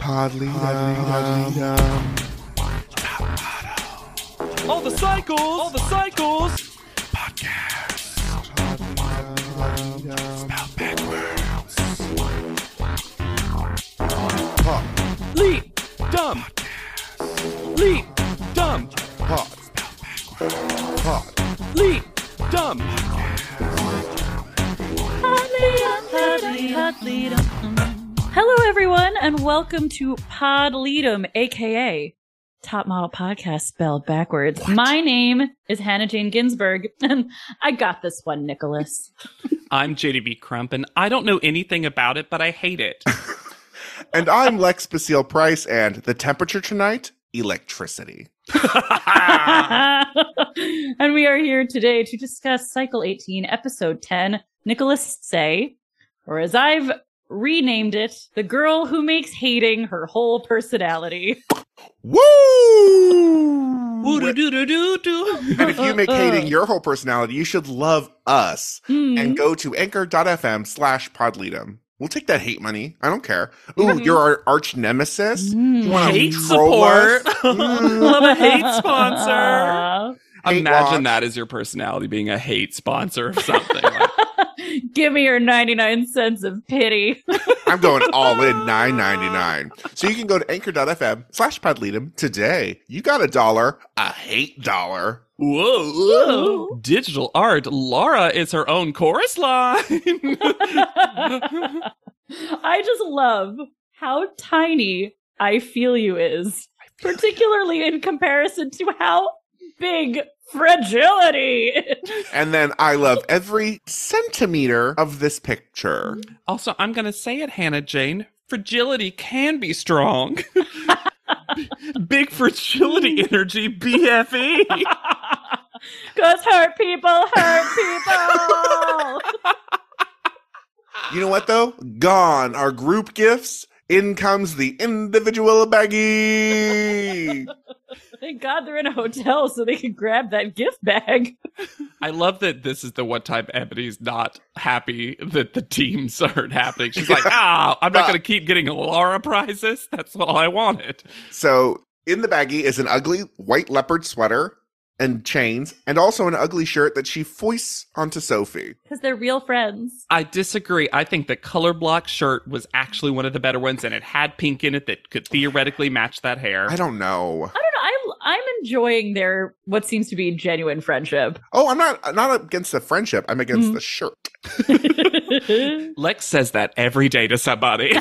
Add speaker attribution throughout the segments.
Speaker 1: Hardly, hardly, um,
Speaker 2: All the cycles, all the cycles.
Speaker 1: hardly, um,
Speaker 2: Leap, dumb. Leap, dumb.
Speaker 1: hot, hot,
Speaker 2: Leap, dumb.
Speaker 3: Hello, everyone, and welcome to Pod Leadum, aka Top Model Podcast spelled backwards. My name is Hannah Jane Ginsburg, and I got this one, Nicholas.
Speaker 2: I'm JDB Crump, and I don't know anything about it, but I hate it.
Speaker 1: And I'm Lex Basile Price, and the temperature tonight, electricity. Ah.
Speaker 3: and we are here today to discuss Cycle 18, Episode 10, Nicholas Say, or as I've renamed it, The Girl Who Makes Hating Her Whole Personality.
Speaker 1: Woo!
Speaker 2: Woo doo
Speaker 1: and
Speaker 2: doo doo doo doo.
Speaker 1: if you
Speaker 3: Uh,
Speaker 1: make hating
Speaker 3: Uh-uh.
Speaker 1: your whole personality, you should love us
Speaker 3: Mm.
Speaker 1: and go to anchor.fm slash podleadum. We'll take that hate money. I don't care. Ooh,
Speaker 3: Mhm.
Speaker 1: you're our arch nemesis. You
Speaker 3: Mm.
Speaker 1: wanna
Speaker 2: Hate
Speaker 1: troll us?
Speaker 2: support.
Speaker 1: Mm.
Speaker 2: Love a hate sponsor.
Speaker 1: Hate
Speaker 2: Imagine
Speaker 1: watch.
Speaker 2: that as your personality being a hate sponsor of something. Like,
Speaker 3: Give me your 99 cents of pity.
Speaker 1: I'm going all in nine ninety nine. So you can go to anchor.fm slash podleadum today. You got a dollar, a hate dollar.
Speaker 2: whoa,
Speaker 3: Whoa.
Speaker 2: Digital art. Laura is her own chorus line.
Speaker 3: I just love how tiny I feel you is, particularly in comparison to how big fragility is.
Speaker 1: And then I love every centimeter of this picture.
Speaker 2: Also, I'm going to say it, Hannah Jane. Fragility can be strong. Big fragility energy, E. BFE.
Speaker 3: Goes hurt people, hurt people.
Speaker 1: You know what though? Gone are group gifts. In comes the individual baggie.
Speaker 3: Thank God they're in a hotel so they can grab that gift bag.
Speaker 2: I love that this is the one time Ebony's not happy that the teams aren't happening. She's like, ah, I'm not going to keep getting Laura prizes. That's all I wanted.
Speaker 1: So in the baggie is an ugly white leopard sweater and chains, and also an ugly shirt that she foists onto Sophie.
Speaker 3: Because they're real friends.
Speaker 2: I disagree. I think the color block shirt was actually one of the better ones, and it had pink in it that could theoretically match that hair.
Speaker 1: I don't know.
Speaker 3: I don't know. I'm, I'm enjoying their what seems to be genuine friendship.
Speaker 1: Oh, I'm not I'm not against the friendship. I'm against
Speaker 3: Mm.
Speaker 1: the shirt.
Speaker 2: Lex says that every day to somebody.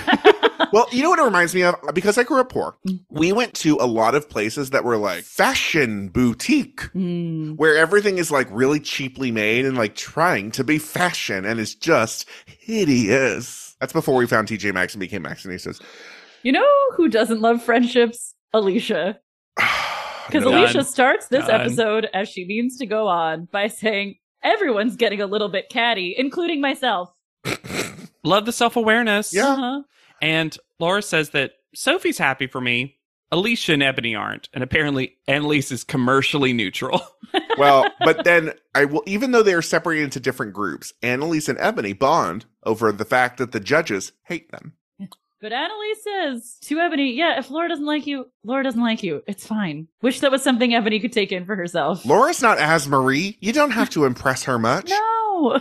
Speaker 1: Well, you know what it reminds me of? Because I grew up poor, we went to a lot of places that were like fashion boutique,
Speaker 3: Hmm.
Speaker 1: where everything is like really cheaply made and like trying to be fashion and is just hideous. That's before we found TJ Maxx and became Maxinistas.
Speaker 3: You know who doesn't love friendships? Alicia. Because
Speaker 2: No.
Speaker 3: Alicia
Speaker 2: Done.
Speaker 3: starts this
Speaker 2: Done.
Speaker 3: episode as she means to go on by saying, Everyone's getting a little bit catty, including myself.
Speaker 2: Love the self awareness.
Speaker 1: Yeah.
Speaker 3: Uh-huh.
Speaker 2: And Laura says that Sophie's happy for me. Alicia and Ebony aren't. And apparently, Annalise is commercially neutral.
Speaker 1: well, but then I will, even though they are separated into different groups, Annalise and Ebony bond over the fact that the judges hate them.
Speaker 3: But Annalise says to Ebony, Yeah, if Laura doesn't like you, Laura doesn't like you. It's fine. Wish that was something Ebony could take in for herself.
Speaker 1: Laura's not as Marie. You don't have to impress her much.
Speaker 3: no.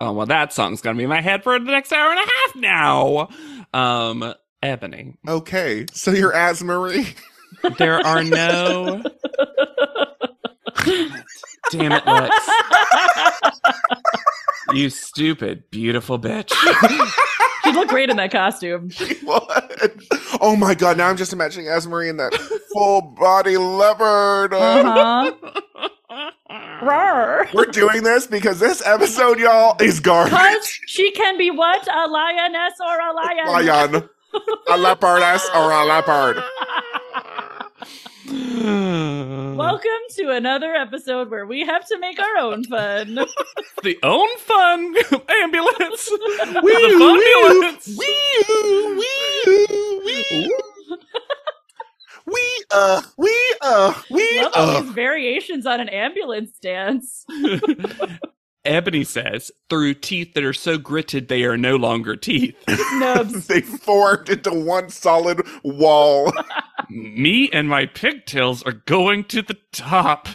Speaker 2: oh, well, that song's going to be in my head for the next hour and a half now. Um, Ebony,
Speaker 1: Okay, so you're as Marie.
Speaker 2: there are no. Damn it, Lex. You stupid, beautiful bitch.
Speaker 3: She'd look great in that costume.
Speaker 1: What? Oh my god, now I'm just imagining Asmarie in that full body leopard. Uh,
Speaker 3: Uh huh.
Speaker 1: We're doing this because this episode, y'all, is
Speaker 3: Because
Speaker 1: garbage.
Speaker 3: she can be what? A lioness or a lion?
Speaker 1: Lion. A leopardess or a leopard. Mm.
Speaker 3: Welcome to another episode where we have to make our own fun.
Speaker 2: the own fun ambulance.
Speaker 1: Wee-oo,
Speaker 2: the
Speaker 1: wee-oo,
Speaker 2: ambulance.
Speaker 1: Wee-oo, wee-oo, wee-oo. We uh we uh we
Speaker 3: Love all
Speaker 1: uh
Speaker 3: these variations on an ambulance dance.
Speaker 2: Ebony says, through teeth that are so gritted they are no longer teeth.
Speaker 3: Nubs.
Speaker 1: they formed into one solid wall.
Speaker 2: Me and my pigtails are going to the top.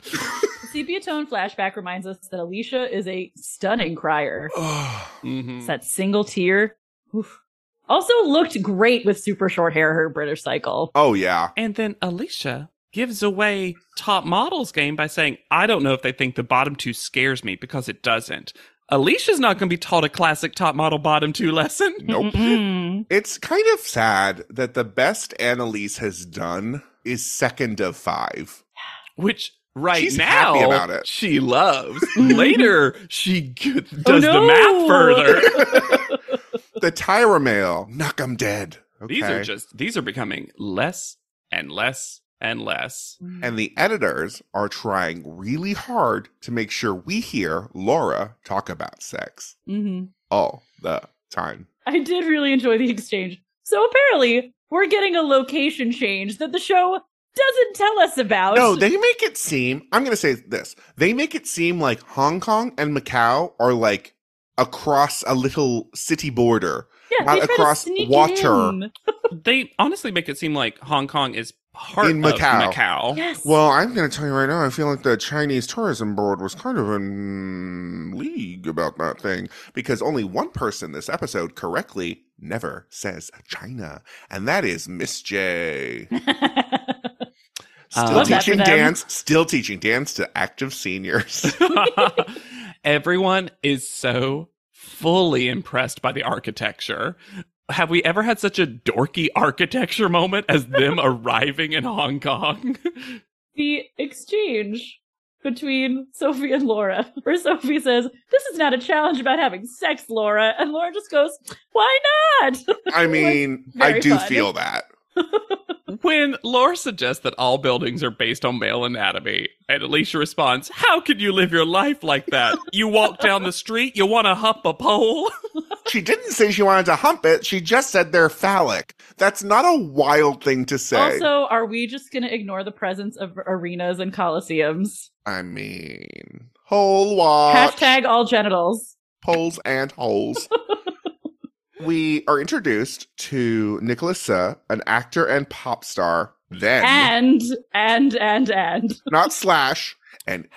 Speaker 3: Sepia tone flashback reminds us that Alicia is a stunning crier.
Speaker 2: Mhm.
Speaker 1: Oh, Mm.
Speaker 3: It's that single tear. Oof. Also looked great with super short hair, her British cycle.
Speaker 1: oh yeah.
Speaker 2: And then Alicia gives away top models game by saying, I don't know if they think the bottom two scares me because it doesn't. Alicia's not going to be taught a classic top model bottom two lesson.
Speaker 1: Nope.
Speaker 3: Mm-mm.
Speaker 1: It's kind of sad that the best Annalise has done is second of five.
Speaker 2: Which right
Speaker 1: She's
Speaker 2: now
Speaker 1: happy about it. Oh,
Speaker 2: she loves. Later she g- does
Speaker 3: no.
Speaker 2: the math further.
Speaker 1: The Tyra male, knock 'em dead. Okay.
Speaker 2: These are just these are becoming less and less and less.
Speaker 1: and the editors are trying really hard to make sure we hear Laura talk about sex
Speaker 3: Mhm.
Speaker 1: all the time.
Speaker 3: I did really enjoy the exchange. So apparently, we're getting a location change that the show doesn't tell us about.
Speaker 1: No, they make it seem, I'm going to say this. They make it seem like Hong Kong and Macau are like across a little city border.
Speaker 3: yeah,
Speaker 1: not
Speaker 3: they try to
Speaker 1: across
Speaker 3: sneak it
Speaker 1: water.
Speaker 3: in.
Speaker 2: They honestly make it seem like Hong Kong is part
Speaker 1: In
Speaker 2: of
Speaker 1: Macau.
Speaker 2: Macau.
Speaker 3: Yes.
Speaker 1: Oh. Well, I'm going to tell you right now, I feel like the Chinese Tourism Board was kind of in league about that thing because only one person this episode correctly never says China, and that is Miss J.
Speaker 2: Uh,
Speaker 1: Still
Speaker 2: Love
Speaker 3: that for
Speaker 1: teaching
Speaker 3: them.
Speaker 1: dance, still teaching dance to active seniors.
Speaker 2: Everyone is so fully impressed by the architecture. Have we ever had such a dorky architecture moment as them arriving in Hong Kong?
Speaker 3: the exchange between Sophie and Laura, where Sophie says, This is not a challenge about having sex, Laura. And Laura just goes, Why not?
Speaker 1: I mean, I
Speaker 3: Very
Speaker 1: do
Speaker 3: fun.
Speaker 1: feel that.
Speaker 2: when Laura suggests that all buildings are based on male anatomy, and Alicia responds, How could you live your life like that? You walk down the street, you want to hump a pole?
Speaker 1: She didn't say she wanted to hump it. She just said they're phallic. That's not a wild thing to say.
Speaker 3: Also, are we just going to ignore the presence of arenas and coliseums?
Speaker 1: I mean, whole watch.
Speaker 3: Hashtag all genitals.
Speaker 1: holes and holes. we are introduced to Nicholas Suh, an actor and pop star, then
Speaker 3: And, and, and, and.
Speaker 1: not slash. And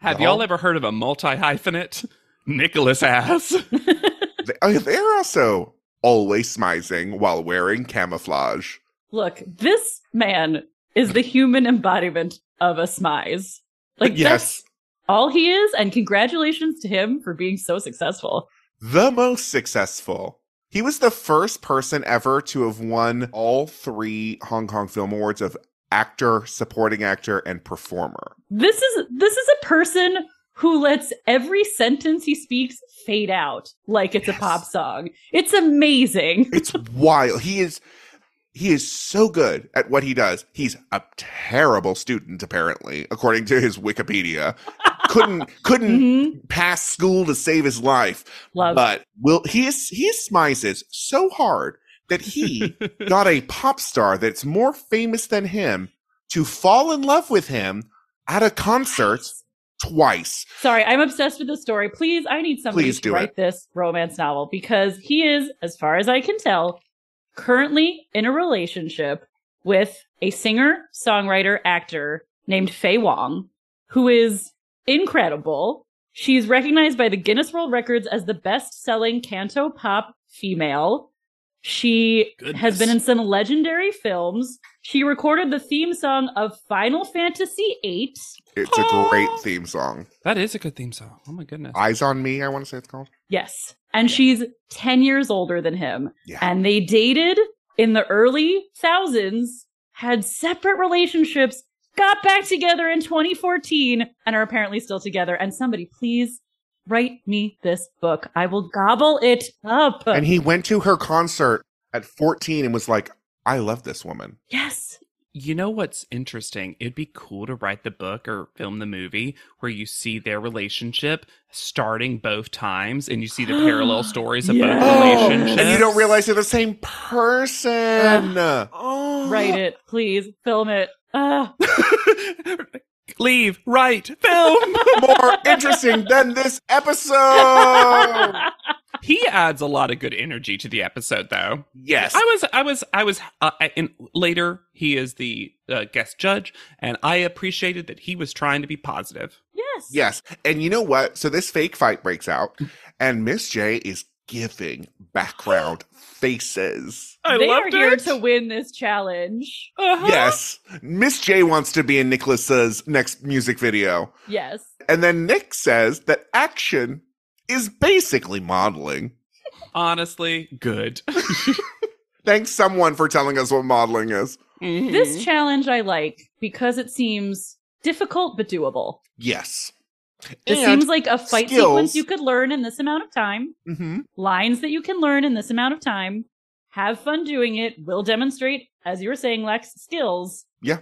Speaker 2: Have
Speaker 1: No.
Speaker 2: y'all ever heard of a multi hyphenate? Nicholas ass.
Speaker 1: they, oh, they're also always smizing while wearing camouflage.
Speaker 3: Look, this man is the human embodiment of a smize. Like, that's
Speaker 1: yes,
Speaker 3: all he is. And congratulations to him for being so successful.
Speaker 1: the most successful. He was the first person ever to have won all three Hong Kong Film Awards of actor, supporting actor, and performer.
Speaker 3: This is this is a person who lets every sentence he speaks fade out like it's a
Speaker 1: Yes.
Speaker 3: pop song. It's amazing.
Speaker 1: It's wild. He is he is so good at what he does. He's a terrible student, apparently, according to his Wikipedia. couldn't couldn't
Speaker 3: Mhm.
Speaker 1: pass school to save his life.
Speaker 3: Love.
Speaker 1: But will he is he smizes so hard that he got a pop star that's more famous than him to fall in love with him at a concert twice.
Speaker 3: Sorry, I'm obsessed with this story. Please, I need somebody
Speaker 1: Please
Speaker 3: to
Speaker 1: do
Speaker 3: write this romance novel because he is, as far as I can tell, currently in a relationship with a singer, songwriter, actor named Fei Wong, who is incredible. She's recognized by the Guinness World Records as the best selling canto pop female. She has
Speaker 2: Goodness.
Speaker 3: been in some legendary films. She recorded the theme song of Final Fantasy VIII.
Speaker 1: It's a great theme song.
Speaker 2: That is a good theme song. Oh my goodness.
Speaker 1: Eyes on Me, I want to say it's called.
Speaker 3: Yes. And she's 10 years older than him.
Speaker 1: Yeah.
Speaker 3: And they dated in the early thousands, had separate relationships, got back together in 2014, and are apparently still together. And somebody, please write me this book. I will gobble it up.
Speaker 1: And he went to her concert at 14 and was like, I love this woman.
Speaker 3: yes.
Speaker 2: You know what's interesting? It'd be cool to write the book or film the movie where you see their relationship starting both times and you see the parallel stories of
Speaker 3: Yes.
Speaker 2: both
Speaker 3: Oh,
Speaker 2: relationships.
Speaker 1: and you don't realize they're the same person. Oh.
Speaker 3: Write it, please. Film it. Ah.
Speaker 2: realize. leave, right, film.
Speaker 1: More interesting than this episode.
Speaker 2: he adds a lot of good energy to the episode, though.
Speaker 1: yes.
Speaker 2: I was, I was, I was. Uh, and later, he is the uh, guest judge, and I appreciated that he was trying to be positive.
Speaker 3: yes.
Speaker 1: Yes. And you know what? So this fake fight breaks out, and Miss J is giving background faces.
Speaker 2: I
Speaker 3: they
Speaker 2: loved
Speaker 3: are here
Speaker 2: it.
Speaker 3: to win this challenge.
Speaker 2: Uh-huh.
Speaker 1: Yes. Miss J wants to be in Nicholas's next music video.
Speaker 3: Yes.
Speaker 1: And then Nick says that action is basically modeling.
Speaker 2: honestly, good.
Speaker 1: Thanks, someone, for telling us what modeling is.
Speaker 2: Mhm.
Speaker 3: This
Speaker 1: Mm-hmm.
Speaker 3: challenge I like because it seems difficult but doable.
Speaker 1: Yes.
Speaker 3: It
Speaker 1: And-
Speaker 3: seems like a fight
Speaker 1: skills.
Speaker 3: sequence you could learn in this amount of time,
Speaker 1: Mhm.
Speaker 3: lines that you can learn in this amount of time. Have fun doing it. Will demonstrate, as you were saying, Lex, skills.
Speaker 1: Yeah.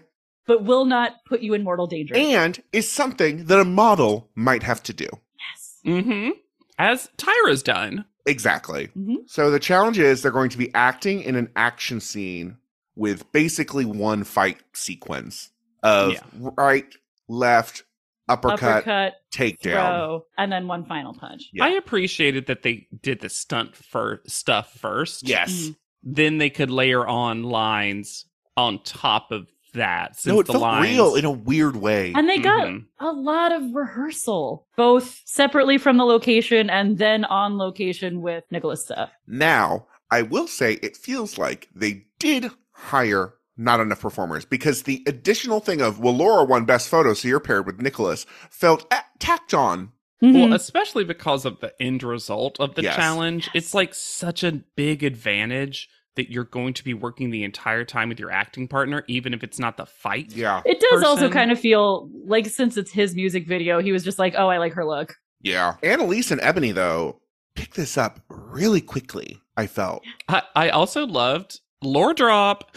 Speaker 3: But will not put you in mortal danger.
Speaker 1: And is something that a model might have to do.
Speaker 3: yes.
Speaker 2: Mm-hmm. As Tyra's done.
Speaker 1: Exactly.
Speaker 3: Mhm.
Speaker 1: So the challenge is they're going to be acting in an action scene with basically one fight sequence of
Speaker 2: Yeah.
Speaker 1: right, left, uppercut,
Speaker 3: Uppercut,
Speaker 1: takedown.
Speaker 3: throw, and then one final punch.
Speaker 1: Yeah.
Speaker 2: I appreciated that they did the stunt for stuff first.
Speaker 1: Yes.
Speaker 3: Mm.
Speaker 2: Then they could layer on lines on top of that. Since
Speaker 1: no, it
Speaker 2: the
Speaker 1: felt
Speaker 2: lines,
Speaker 1: real in a weird way.
Speaker 3: And they got
Speaker 2: Mhm.
Speaker 1: mm-hmm.
Speaker 3: a lot of rehearsal, both separately from the location and then on location with Nicholas stuff.
Speaker 1: Now, I will say it feels like they did hire not enough performers because the additional thing of, well, Laura won best photo, so you're paired with Nicholas, felt a- tacked on.
Speaker 3: Mm-hmm.
Speaker 2: Well, especially because of the end result of the
Speaker 1: Yes.
Speaker 2: challenge, it's like such a big advantage that you're going to be working the entire time with your acting partner, even if it's not the fight.
Speaker 1: Yeah.
Speaker 3: it does also
Speaker 2: person-
Speaker 3: kind of feel like since it's his music video, he was just like, "Oh, I like her look."
Speaker 1: Yeah. Annalise and Ebony, though, picked this up really quickly, I felt.
Speaker 2: I, I also loved Lore Drop.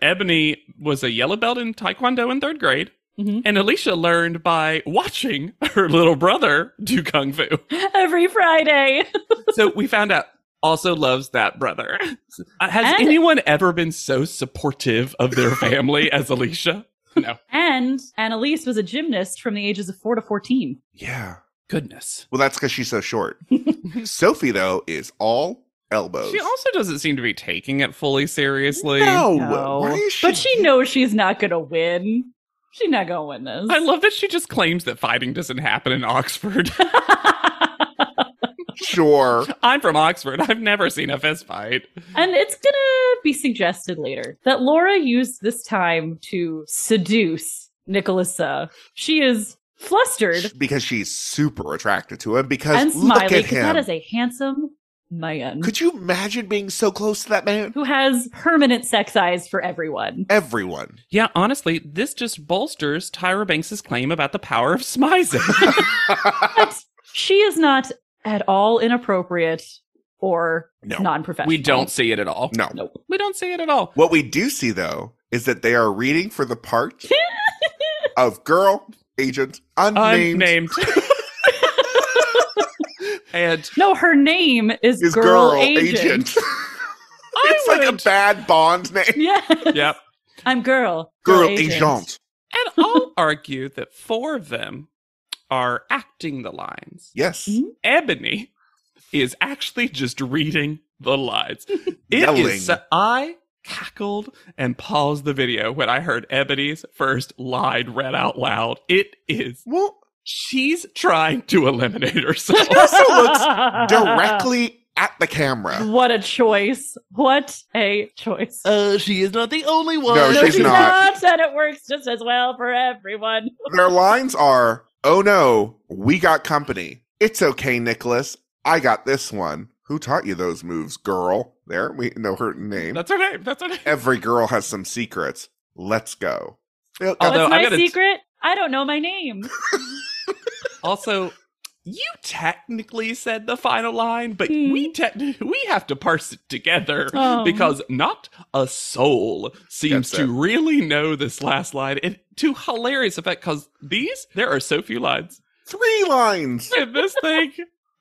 Speaker 2: Ebony was a yellow belt in Taekwondo in third grade.
Speaker 3: Mhm.
Speaker 2: And Alicia learned by watching her little brother do kung fu.
Speaker 3: Every Friday,
Speaker 2: So we found out also loves that brother. Uh, Has
Speaker 3: And-
Speaker 2: anyone ever been so supportive of their family as Alicia? No.
Speaker 3: and Annalise was a gymnast from the ages of four to fourteen.
Speaker 1: Yeah.
Speaker 2: Goodness.
Speaker 1: Well, that's because she's so short. Sophie, though, is all elbows.
Speaker 2: She also doesn't seem to be taking it fully seriously.
Speaker 1: no,
Speaker 3: No.
Speaker 1: why is she?
Speaker 3: But she knows she's not gonna win. She's not gonna win this.
Speaker 2: I love that she just claims that fighting doesn't happen in Oxford.
Speaker 1: sure.
Speaker 2: I'm from Oxford. I've never seen a fist fight.
Speaker 3: And it's gonna be suggested later that Laura used this time to seduce Nicolasa. She is flustered
Speaker 1: Because she's super attracted to him. Because
Speaker 3: and
Speaker 1: look
Speaker 3: smiley
Speaker 1: at
Speaker 3: because that
Speaker 1: him.
Speaker 3: is a handsome man
Speaker 1: Could you imagine being so close to that man?
Speaker 3: who has permanent sex eyes for everyone.
Speaker 1: Everyone.
Speaker 2: Yeah, honestly, this just bolsters Tyra Banks' claim about the power of smizing.
Speaker 3: But she is not at all inappropriate or
Speaker 1: No.
Speaker 3: non-professional.
Speaker 2: we don't see it at all.
Speaker 1: no.
Speaker 3: Nope.
Speaker 2: We don't see it at all.
Speaker 1: What we do see, though, is that they are reading for the part of girl, agent, unnamed,
Speaker 2: Unnamed. and
Speaker 3: No, her name is,
Speaker 1: is
Speaker 3: Girl,
Speaker 1: girl,
Speaker 3: Agent.
Speaker 1: agent.
Speaker 2: I
Speaker 1: it's like a
Speaker 2: would-
Speaker 1: bad Bond name.
Speaker 3: Yeah,
Speaker 2: yep.
Speaker 3: I'm Girl.
Speaker 1: Girl, agent.
Speaker 2: And I'll argue that four of them are acting the lines.
Speaker 1: Yes.
Speaker 3: Mhm.
Speaker 2: Ebony is actually just reading the lines. It is
Speaker 1: Yelling.
Speaker 2: so- I cackled and paused the video when I heard Ebony's first line read out loud. It is
Speaker 1: Well,
Speaker 2: she's trying to eliminate herself.
Speaker 1: also looks directly at the camera.
Speaker 3: What a choice. What a choice.
Speaker 2: uh, she is not the only one.
Speaker 1: No, she's not.
Speaker 3: And it works just as well for everyone.
Speaker 1: Their lines are, "Oh no, we got company. It's okay, Nicholas. I got this one. Who taught you those moves, girl? There, we know her name.
Speaker 2: That's her name. That's her name.
Speaker 1: Every girl has some secrets. Let's go." They'll-
Speaker 2: Although-
Speaker 3: What's
Speaker 2: I
Speaker 3: my
Speaker 2: gotta-
Speaker 3: secret? I don't know my name.
Speaker 2: Also, you technically said the final line, but
Speaker 3: Hmm.
Speaker 2: we te- we have to parse it together
Speaker 3: Oh.
Speaker 2: because not a soul seems
Speaker 1: That's it.
Speaker 2: to really know this last line. It to hilarious effect because these there are so few lines
Speaker 1: three lines.
Speaker 2: in this thing,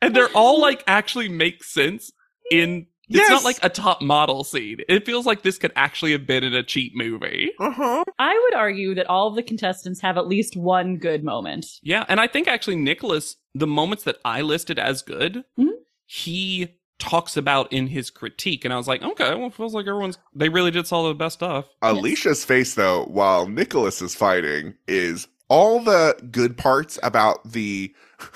Speaker 2: and they're all like actually make sense in It's
Speaker 1: Yes.
Speaker 2: not like a top model scene. It feels like this could actually have been in a cheap movie.
Speaker 1: Uh huh.
Speaker 3: I would argue that all of the contestants have at least one good moment.
Speaker 2: Yeah, and I think actually Nicholas, the moments that I listed as good,
Speaker 3: Mhm.
Speaker 2: he talks about in his critique, and I was like, okay, well, it feels like everyone's they really did all the best stuff.
Speaker 1: Alicia's face, though, while Nicholas is fighting, is all the good parts about the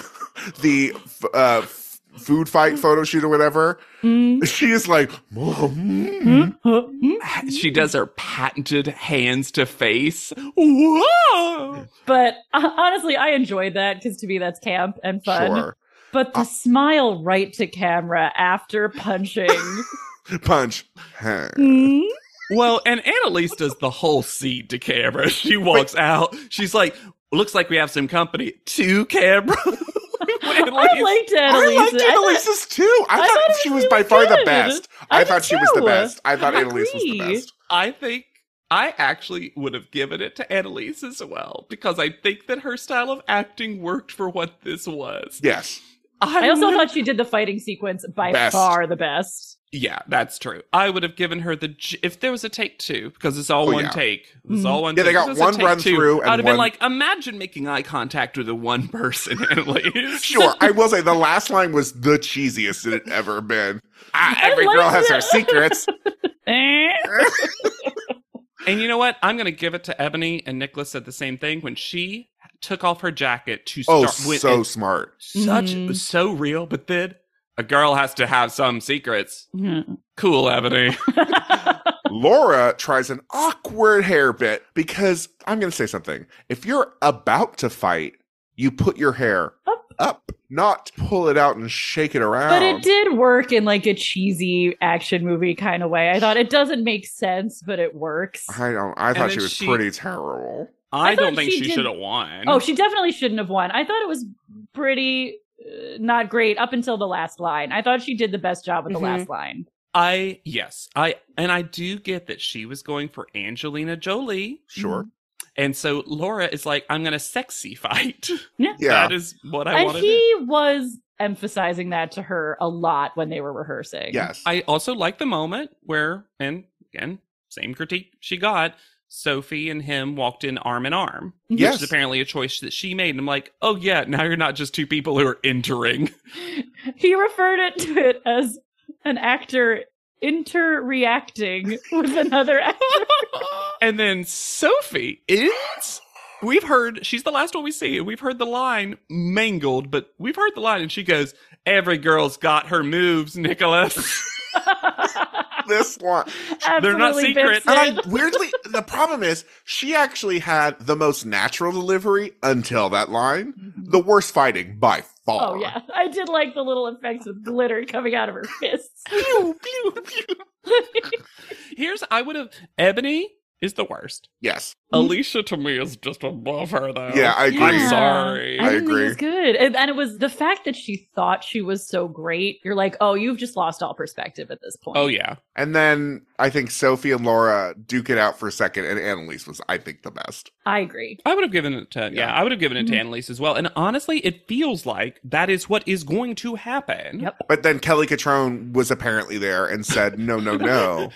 Speaker 1: the f- uh, f- food fight photo shoot or whatever.
Speaker 3: Mm,
Speaker 1: She is like, "Mm,
Speaker 3: mm, huh, mm.
Speaker 2: She does her patented hands to face. Whoa!
Speaker 3: But uh, honestly, I enjoyed that because to me, that's camp and fun.
Speaker 1: sure,
Speaker 3: But the
Speaker 1: Uh,
Speaker 3: smile right to camera after punching.
Speaker 1: punch." Huh.
Speaker 3: Mm.
Speaker 2: Well, and Annalise does the whole seed to camera. She walks out. She's like, looks like we have some company. To camera.
Speaker 3: I liked
Speaker 1: I
Speaker 3: Annalise.
Speaker 1: liked
Speaker 3: I thought-
Speaker 1: Annalise's too. I,
Speaker 3: I
Speaker 1: thought,
Speaker 3: thought it
Speaker 1: she was
Speaker 3: was
Speaker 1: by
Speaker 3: really
Speaker 1: far the
Speaker 3: good.
Speaker 1: best.
Speaker 3: I
Speaker 1: I,
Speaker 3: did
Speaker 1: thought she was the
Speaker 3: too.
Speaker 1: best. I thought
Speaker 3: I
Speaker 1: Annalise was the
Speaker 3: agree.
Speaker 1: best.
Speaker 2: I think I actually would have given it to Annalise as well because I think that her style of acting worked for what this was.
Speaker 1: Yes.
Speaker 3: I also
Speaker 2: would-
Speaker 3: thought she did the fighting sequence by
Speaker 1: Best.
Speaker 3: far the best.
Speaker 2: yeah, that's true. I would have given her the j- if there was a take two because it's all
Speaker 1: Oh,
Speaker 2: one
Speaker 1: yeah.
Speaker 2: take. It's
Speaker 3: Mhm.
Speaker 2: all one.
Speaker 1: Yeah, they
Speaker 2: take. If
Speaker 1: got
Speaker 2: it was a
Speaker 1: one
Speaker 2: take
Speaker 1: run through and
Speaker 2: I would have
Speaker 1: one-
Speaker 2: been like, imagine making eye contact with the one person, Annalise.
Speaker 1: Sure. I will say the last line was the cheesiest it had ever been. Ah,
Speaker 3: I
Speaker 1: every
Speaker 3: liked
Speaker 1: girl has her
Speaker 3: it.
Speaker 1: secrets.
Speaker 3: Eh.
Speaker 2: And you know what? I'm going to give it to Ebony and Nicholas said the same thing when she took off her jacket to
Speaker 1: Oh,
Speaker 2: start. when-
Speaker 1: so smart.
Speaker 2: such
Speaker 3: Mhm.
Speaker 2: so real but then a girl has to have some secrets
Speaker 3: Mm.
Speaker 2: cool ebony
Speaker 1: Laura tries an awkward hair bit because I'm going to say something. If you're about to fight, you put your hair
Speaker 3: Up.
Speaker 1: up, not pull it out and shake it around.
Speaker 3: but it did work in like a cheesy action movie kind of way. I thought it doesn't make sense, but it works.
Speaker 1: I don't. I
Speaker 2: And
Speaker 1: thought
Speaker 2: then
Speaker 1: she was
Speaker 2: she-
Speaker 1: pretty terrible.
Speaker 2: i,
Speaker 3: I
Speaker 2: don't
Speaker 3: thought
Speaker 2: think
Speaker 3: she
Speaker 2: she,
Speaker 3: did-
Speaker 2: should have won
Speaker 3: Oh, she definitely shouldn't have won. I thought it was pretty uh, not great up until the last line. I thought she did the best job with
Speaker 1: Mhm.
Speaker 3: the last line.
Speaker 2: i yes i and i do get that she was going for angelina jolie
Speaker 1: Sure.
Speaker 3: Mm-hmm.
Speaker 2: and so laura is like i'm gonna sexy fight
Speaker 1: Yeah.
Speaker 2: that is what i
Speaker 3: And
Speaker 2: wanted
Speaker 3: he was emphasizing that to her a lot when they were rehearsing.
Speaker 1: Yes.
Speaker 2: i also like the moment where and again same critique she got sophie and him walked in arm in arm
Speaker 1: yes.
Speaker 2: which is apparently a choice that she made and i'm like oh yeah now you're not just two people who are entering
Speaker 3: He referred it to it as an actor interreacting with another actor.
Speaker 2: and then Sophie is. We've heard she's the last one we see. and We've heard the line mangled, but we've heard the line, and she goes, "Every girl's got her moves, Nicholas."
Speaker 1: this one.
Speaker 2: They're not
Speaker 3: Absolutely
Speaker 2: secret.
Speaker 3: biffed it.
Speaker 1: And I weirdly, the problem is she actually had the most natural delivery until that line. The worst fighting by
Speaker 3: Oh
Speaker 1: far.
Speaker 3: yeah, I did like the little effects with glitter coming out of her fists.
Speaker 1: Pew, pew, pew.
Speaker 2: Here's I would have Ebony is the worst.
Speaker 1: Yes.
Speaker 2: Alicia to me is just above her though.
Speaker 1: Yeah, I agree.
Speaker 2: I'm sorry.
Speaker 3: I,
Speaker 1: I
Speaker 3: didn't think
Speaker 1: agree.
Speaker 3: It was good, and, and it was the fact that she thought she was so great. You're like, oh, you've just lost all perspective at this point.
Speaker 2: Oh yeah.
Speaker 1: And then I think Sophie and Laura duke it out for a second, and Annalise was, I think, the best.
Speaker 3: I agree.
Speaker 2: I would have given it to yeah,
Speaker 1: Yeah.
Speaker 2: I would have given it to
Speaker 3: Mhm.
Speaker 2: Annalise as well. And honestly, it feels like that is what is going to happen.
Speaker 3: Yep.
Speaker 1: But then Kelly Catrone was apparently there and said, no, no, no.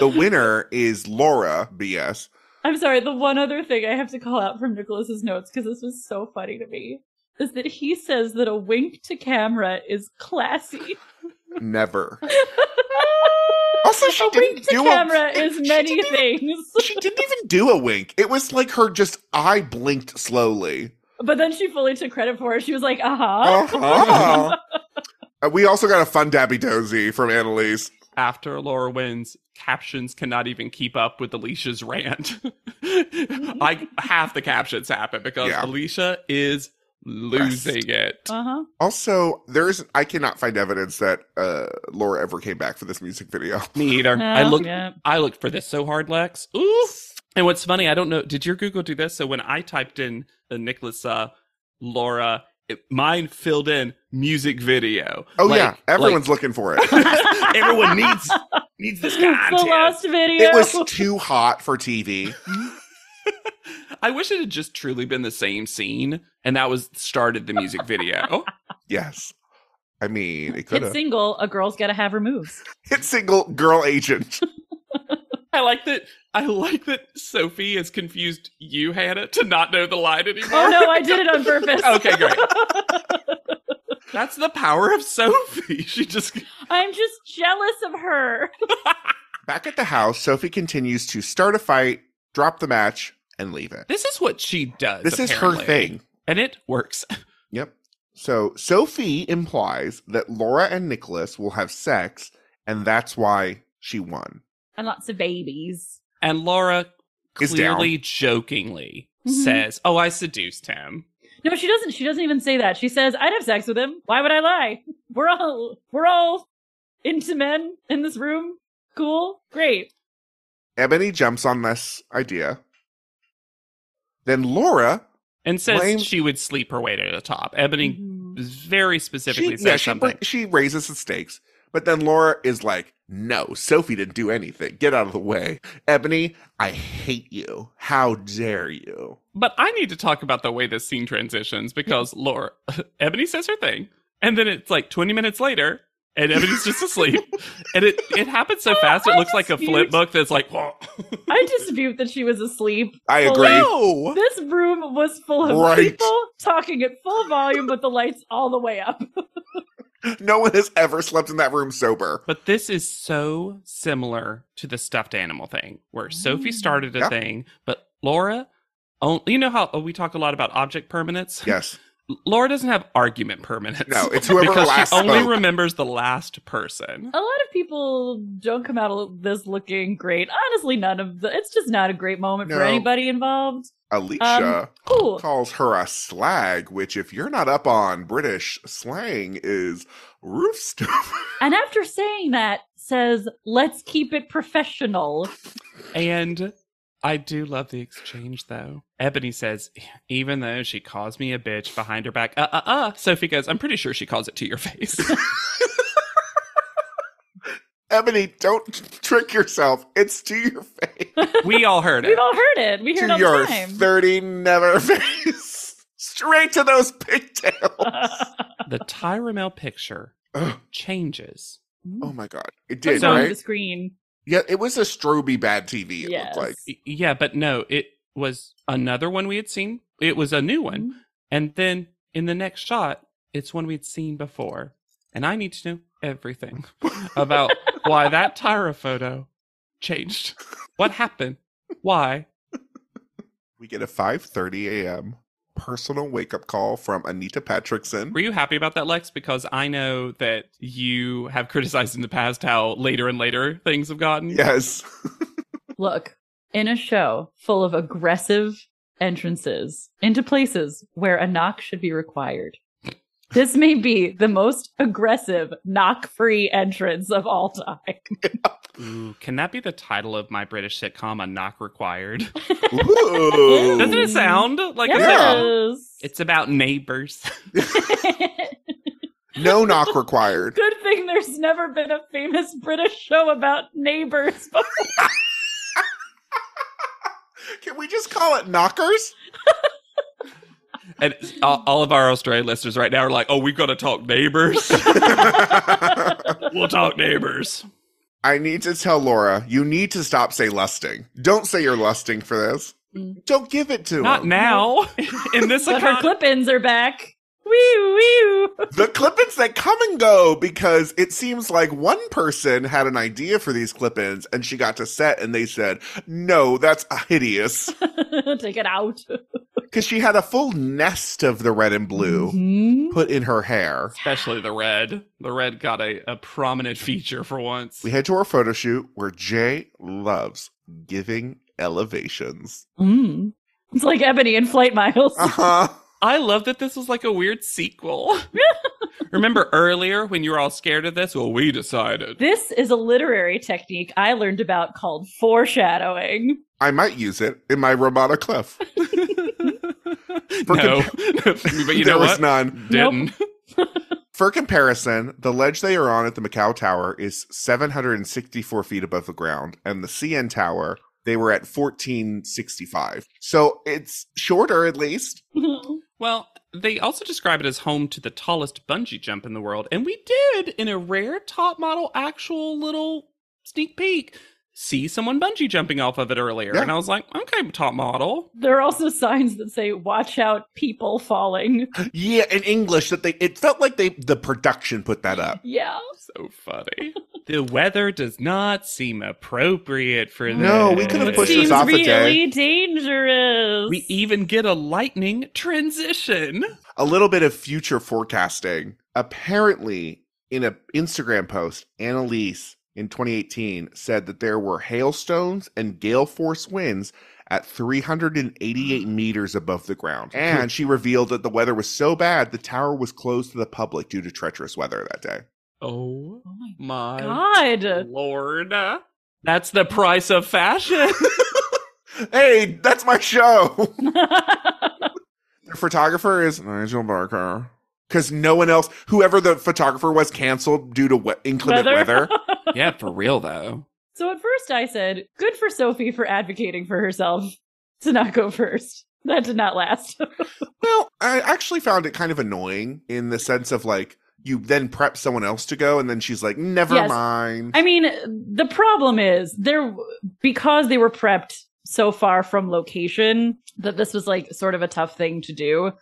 Speaker 1: the winner is Laura, BS.
Speaker 3: I'm sorry. The one other thing I have to call out from Nicholas's notes because this was so funny to me is that he says that a wink to camera is classy.
Speaker 1: Never. Also, she
Speaker 3: a wink
Speaker 1: didn't
Speaker 3: to
Speaker 1: do
Speaker 3: camera
Speaker 1: a,
Speaker 3: is
Speaker 1: she
Speaker 3: many
Speaker 1: didn't
Speaker 3: things.
Speaker 1: she didn't even do a wink. It was like her just eye blinked slowly.
Speaker 3: But then she fully took credit for it. She was like, uh huh.
Speaker 1: Uh-huh. Uh, we also got a fun dabby dozy from Annalise.
Speaker 2: after Laura wins, captions cannot even keep up with Alicia's rant. I half the captions happen because
Speaker 1: Yeah.
Speaker 2: Alicia is losing it.
Speaker 3: Uh huh.
Speaker 1: Also, there is I cannot find evidence that uh, Laura ever came back for this music video.
Speaker 2: Me either. I looked
Speaker 3: Uh, Yeah.
Speaker 2: I looked for this so hard, Lex. Oof. And what's funny, I don't know, did your Google do this? So when I typed in uh, Nicholas uh, Laura, it, mine filled in music video.
Speaker 1: Oh
Speaker 2: Like-
Speaker 1: yeah, everyone's looking for it.
Speaker 2: like, everyone needs needs this content.
Speaker 3: the lost video.
Speaker 1: It was too hot for TV.
Speaker 2: I wish it had just truly been the same scene, and that was started the music video.
Speaker 1: Yes. I mean, it could
Speaker 3: It's
Speaker 1: have.
Speaker 3: single, a girl's got to have her moves.
Speaker 1: Hit single girl agent.
Speaker 2: I like that. I like that Sophie has confused you, Hannah, to not know the line anymore.
Speaker 3: Oh no, I did it on purpose.
Speaker 2: Okay, great. That's the power of Sophie. She just
Speaker 3: I'm just jealous of her.
Speaker 1: Back at the house, Sophie continues to start a fight, drop the match, and leave it.
Speaker 2: This is what she does.
Speaker 1: This is her
Speaker 2: apparently.
Speaker 1: thing.
Speaker 2: And it works.
Speaker 1: Yep. So Sophie implies that Laura and Nicholas will have sex, and that's why she won.
Speaker 3: And lots of babies.
Speaker 2: And Laura
Speaker 1: Is down. Mm-hmm.
Speaker 2: clearly jokingly
Speaker 3: Mhm.
Speaker 2: says, Oh, I seduced him.
Speaker 3: No, she doesn't. She doesn't even say that. She says, "I'd have sex with him. Why would I lie? We're all we're all into men in this room. Cool, great.
Speaker 1: Ebony jumps on this idea. Then Laura,
Speaker 2: And says
Speaker 1: Blame- Mm-hmm.
Speaker 2: she would sleep her way to the top. Ebony
Speaker 3: Mhm.
Speaker 2: very specifically
Speaker 1: she,
Speaker 2: says
Speaker 1: yeah, she, br-
Speaker 2: something.
Speaker 1: she raises the stakes, but then Laura is like, "No, Sophie didn't do anything. Get out of the way, Ebony. I hate you. How dare you?"
Speaker 2: But I need to talk about the way this scene transitions because Laura, Ebony says her thing, and then it's like 20 minutes later, and Ebony's just asleep. And it, it happens so fast, it
Speaker 3: I
Speaker 2: looks like a flip
Speaker 3: dispute.
Speaker 2: book that's like, whoa.
Speaker 3: Mm-hmm. I dispute that she was asleep.
Speaker 1: I
Speaker 3: Well,
Speaker 1: agree.
Speaker 2: No!
Speaker 3: This room was full of
Speaker 1: Right.
Speaker 3: people talking at full volume with the lights all the way up.
Speaker 1: No one has ever slept in that room sober.
Speaker 2: But this is so similar to the stuffed animal thing, where Sophie
Speaker 3: Mm.
Speaker 2: started a
Speaker 1: Yeah.
Speaker 2: thing, but Laura, on- you know how oh, we talk a lot about object permanence?
Speaker 1: Yes.
Speaker 2: Laura doesn't have argument permanence.
Speaker 1: No, it's whoever
Speaker 2: because
Speaker 1: last
Speaker 2: she only
Speaker 1: spoke.
Speaker 2: remembers the last person.
Speaker 3: A lot of people don't come out of this looking great. Honestly, none of the. It's just not a great moment for
Speaker 1: No.
Speaker 3: anybody involved.
Speaker 1: Alicia
Speaker 2: um,
Speaker 3: Cool.
Speaker 1: calls her a slag, which, if you're not up on British slang, is roof stuff.
Speaker 3: And after saying that, says, "Let's keep it professional."
Speaker 2: And I do love the exchange, though. Ebony says, even though she calls me a bitch behind her back, uh uh uh, Sophie goes, I'm pretty sure she calls it to your face.
Speaker 1: Ebony, don't trick yourself. It's to your face,
Speaker 2: we all heard
Speaker 3: We've
Speaker 2: it.
Speaker 3: all heard it. We hear it
Speaker 1: to
Speaker 3: all the
Speaker 1: your
Speaker 3: time.
Speaker 1: thirty never face, straight to those pigtails.
Speaker 2: The Tyramel picture
Speaker 1: Ugh.
Speaker 2: changes.
Speaker 1: oh my god, it
Speaker 3: Comes
Speaker 1: did
Speaker 2: So-
Speaker 3: on the
Speaker 1: right.
Speaker 3: screen.
Speaker 1: Yeah, it was a stroby bad TV. It
Speaker 3: Yes.
Speaker 1: looked like
Speaker 2: Y- Yeah, but no, it was another one we had seen. It was a new one. And then in the next shot, it's one we'd seen before. And I need to know everything about why that Tyra photo changed. What happened? Why?
Speaker 1: we get a five thirty a.m. personal wake up call from Anita Patrickson.
Speaker 2: Were you happy about that, Lex? Because I know that you have criticized in the past how later and later things have gotten.
Speaker 1: Yes.
Speaker 3: Look, in a show full of aggressive entrances into places where a knock should be required. This may be the most aggressive knock-free entrance of all time.
Speaker 2: Ooh, can that be the title of my British sitcom, A Knock Required?
Speaker 1: Ooh.
Speaker 2: Doesn't it sound like a sitcom?
Speaker 3: yes.
Speaker 2: It's about neighbors.
Speaker 1: No knock required.
Speaker 3: Good thing there's never been a famous British show about neighbors.
Speaker 1: Can we just call it knockers?
Speaker 2: And all, all of our Australian listeners right now are like, oh, we've got to talk neighbors. we'll talk neighbors.
Speaker 1: I need to tell Laura, you need to stop say lusting. Don't say you're lusting for this.
Speaker 3: Mm.
Speaker 1: Don't give it to
Speaker 2: Not
Speaker 1: him.
Speaker 2: now. In this
Speaker 3: but her
Speaker 2: economy.
Speaker 3: clip-ins are back. Wee wee.
Speaker 1: the clip-ins that come and go because it seems like one person had an idea for these clip-ins and she got to set and they said, "No, that's hideous."
Speaker 3: Take it out.
Speaker 1: Cuz she had a full nest of the red and blue
Speaker 3: Mhm.
Speaker 1: put in her hair.
Speaker 2: Especially the red. The red got a, a prominent feature for once.
Speaker 1: We head to our photo shoot where Jay loves giving elevations.
Speaker 3: Mm. It's like Ebony in Flight Miles.
Speaker 1: Uh-huh.
Speaker 2: I love that this was like a weird sequel. Remember earlier when you were all scared of this? Well, we decided.
Speaker 3: This is a literary technique I learned about called foreshadowing.
Speaker 1: I might use it in my Ramada Cliff.
Speaker 2: no. but you
Speaker 1: there
Speaker 2: know
Speaker 1: was
Speaker 2: what?
Speaker 1: none.
Speaker 2: Didn't.
Speaker 1: For comparison, the ledge they are on at the Macau Tower is 764 feet above the ground, and the CN Tower, they were at 1465. So it's shorter at least.
Speaker 2: Well, They also describe it as home to the tallest bungee jump in the world, and we did in a rare top model actual little sneak peek see someone bungee jumping off of it earlier,
Speaker 1: Yeah.
Speaker 2: and I was like, okay, top model.
Speaker 3: There are also signs that say, watch out, people falling.
Speaker 1: Yeah, in English that they it felt like they the production put that up.
Speaker 3: Yeah.
Speaker 2: So funny. the weather does not seem appropriate for
Speaker 1: No,
Speaker 2: this.
Speaker 1: we could've
Speaker 3: It
Speaker 1: pushed
Speaker 3: seems
Speaker 1: this off a
Speaker 3: really
Speaker 1: day.
Speaker 3: dangerous.
Speaker 2: We even get a lightning transition.
Speaker 1: A little bit of future forecasting. Apparently, in a Instagram post, Annalise in 2018 said that there were hailstones and gale force winds at 388 meters above the ground. And she revealed that the weather was so bad the tower was closed to the public due to treacherous weather that day.
Speaker 2: Oh
Speaker 3: oh my
Speaker 2: my
Speaker 3: God.
Speaker 2: lord. That's the price of fashion.
Speaker 1: Hey, that's my show. The photographer is Nigel Barker. Because no one else, whoever the photographer was, canceled due to we- inclement weather.
Speaker 2: yeah, for real though.
Speaker 3: so at first I said, good for Sophie for advocating for herself to not go first. That did not last.
Speaker 1: Well, I actually found it kind of annoying in the sense of like you then prep someone else to go, and then she's like, "Never
Speaker 3: Yes.
Speaker 1: mind."
Speaker 3: I mean, the problem is there because they were prepped so far from location that this was like sort of a tough thing to do.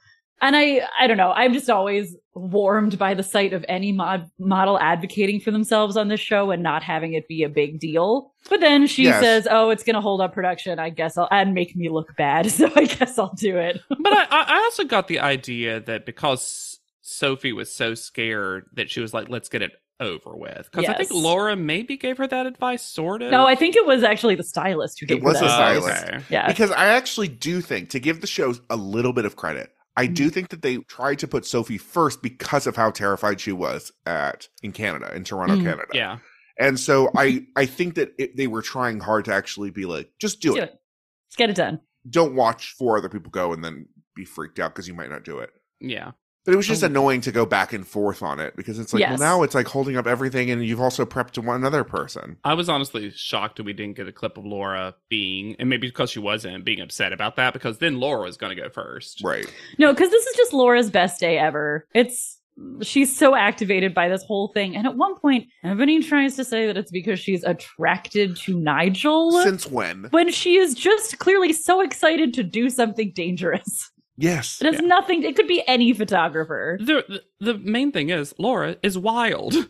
Speaker 3: And I, I don't know. I'm just always warmed by the sight of any mod model advocating for themselves on this show and not having it be a big deal. But then she
Speaker 1: Yes.
Speaker 3: says, "Oh, it's going to hold up production. I guess I'll and make me look bad. So I guess I'll do it."
Speaker 2: But I, I I also got the idea that because Sophie was so scared that she was like, let's get it over with. Because I think
Speaker 3: Yes.
Speaker 2: Laura maybe gave her that advice, sort of.
Speaker 3: No, I think it was actually the stylist who
Speaker 1: It
Speaker 3: gave her that
Speaker 1: was the
Speaker 3: advice.
Speaker 2: Ah,
Speaker 1: stylist.
Speaker 3: Yeah.
Speaker 1: because I actually do think to give the shows a little bit of credit, I do think that they tried to put Sophie first because of how terrified she was at in Canada, in Toronto,
Speaker 3: Mm.
Speaker 1: Canada.
Speaker 2: Yeah.
Speaker 1: And so I, I think that it, they were trying hard to actually be like, just do,
Speaker 3: Do
Speaker 1: it.
Speaker 3: it. Let's get it done.
Speaker 1: Don't watch four other people go and then be freaked out because you might not do it.
Speaker 2: Yeah.
Speaker 1: But it was just
Speaker 2: Oh.
Speaker 1: annoying to go back and forth on it because it's like,
Speaker 3: Yes.
Speaker 1: well, now it's like holding up everything, and you've also prepped to one another person.
Speaker 2: I was honestly shocked that we didn't get a clip of Laura being, and maybe because she wasn't, being upset about that because then Laura was going to go first.
Speaker 1: Right.
Speaker 3: No, because this is just Laura's best day ever. It's she's so activated by this whole thing, and at one point, Ebony tries to say that it's because she's attracted to Nigel
Speaker 1: Since when?
Speaker 3: when she is just clearly so excited to do something dangerous.
Speaker 1: Yes.
Speaker 3: It has nothing. It could be any photographer.
Speaker 2: The, the the main thing is Laura is wild.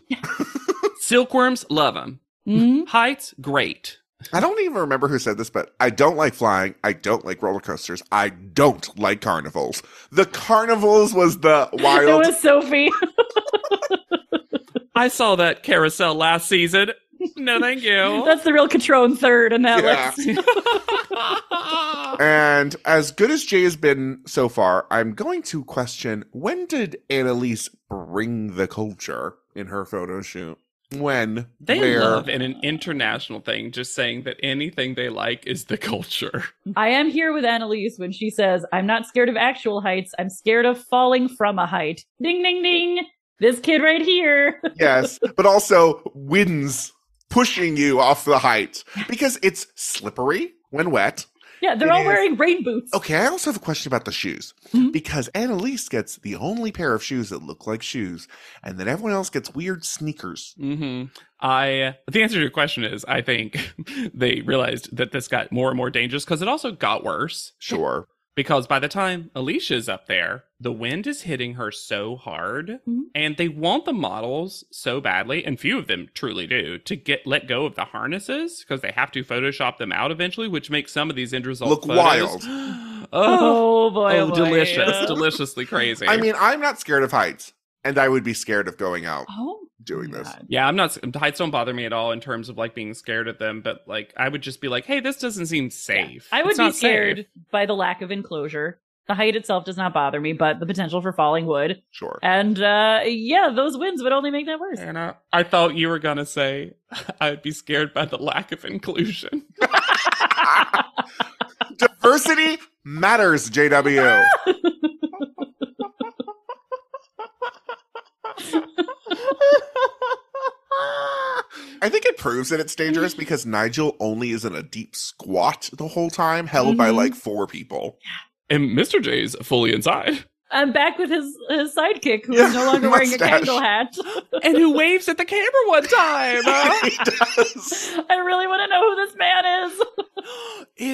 Speaker 2: Silkworms love them.
Speaker 1: Mm-hmm.
Speaker 3: Mhm.
Speaker 2: Heights great.
Speaker 1: I don't even remember who said this, but I don't like flying. I don't like roller coasters. I don't like carnivals. The carnivals was the
Speaker 3: It
Speaker 1: wild.
Speaker 3: was Sophie.
Speaker 2: I saw that carousel last season. No, thank you.
Speaker 3: That's the real Catrone third in that
Speaker 1: Yeah.
Speaker 3: list.
Speaker 1: and as good as Jay has been so far, I'm going to question when did Annalise bring the culture in her photo shoot? When?
Speaker 2: they
Speaker 1: where?
Speaker 2: love in an international thing just saying that anything they like is the culture.
Speaker 3: I am here with Annalise when she says, I'm not scared of actual heights. I'm scared of falling from a height. Ding, ding, ding. This kid right here.
Speaker 1: yes, but also winds pushing you off the height because it's slippery when wet.
Speaker 3: Yeah, they're
Speaker 1: It
Speaker 3: all
Speaker 1: is. Oh,
Speaker 3: wearing rain boots.
Speaker 1: Okay, I also have a question about the shoes
Speaker 3: Mhm.
Speaker 1: because Annalise gets the only pair of shoes that look like shoes, and then everyone else gets weird sneakers.
Speaker 2: hmm I the answer to your question is I think they realized that this got more and more dangerous because it also got worse.
Speaker 1: Sure.
Speaker 2: Because by the time Alicia's up there, the wind is hitting her so hard,
Speaker 3: Mhm.
Speaker 2: and they want the models so badly, and few of them truly do, to get let go of the harnesses because they have to Photoshop them out eventually, which makes some of these end results
Speaker 1: Look
Speaker 2: photos-
Speaker 1: wild.
Speaker 2: oh,
Speaker 3: Oh boy,
Speaker 2: oh,
Speaker 3: boy.
Speaker 2: delicious, deliciously crazy.
Speaker 1: I mean, I'm not scared of heights, and I would be scared of going out
Speaker 3: Oh,
Speaker 1: doing this.
Speaker 3: God.
Speaker 2: Yeah, I'm not. Heights don't bother me at all in terms of like being scared of them, but like I would just be like, "Hey, this doesn't seem safe."
Speaker 3: I would
Speaker 2: It's
Speaker 3: be
Speaker 2: not
Speaker 3: scared
Speaker 2: safe.
Speaker 3: by the lack of enclosure. The height itself does not bother me, but the potential for falling would.
Speaker 1: Sure.
Speaker 3: And uh, yeah, those winds would only make that worse.
Speaker 2: Anna, I thought you were gonna say I'd be scared by the lack of inclusion.
Speaker 1: Diversity matters, JW. I think it proves that it's dangerous because Nigel only is in a deep squat the whole time, held by
Speaker 3: Mhm.
Speaker 1: like four people.
Speaker 2: And Mr. J's fully inside.
Speaker 3: I'm back with his, his sidekick who is
Speaker 1: Yeah,
Speaker 3: no longer wearing a
Speaker 1: mustache.
Speaker 3: candle hat.
Speaker 2: and who waves at the camera one time. huh?
Speaker 1: he does.
Speaker 3: I really want to know who this man is.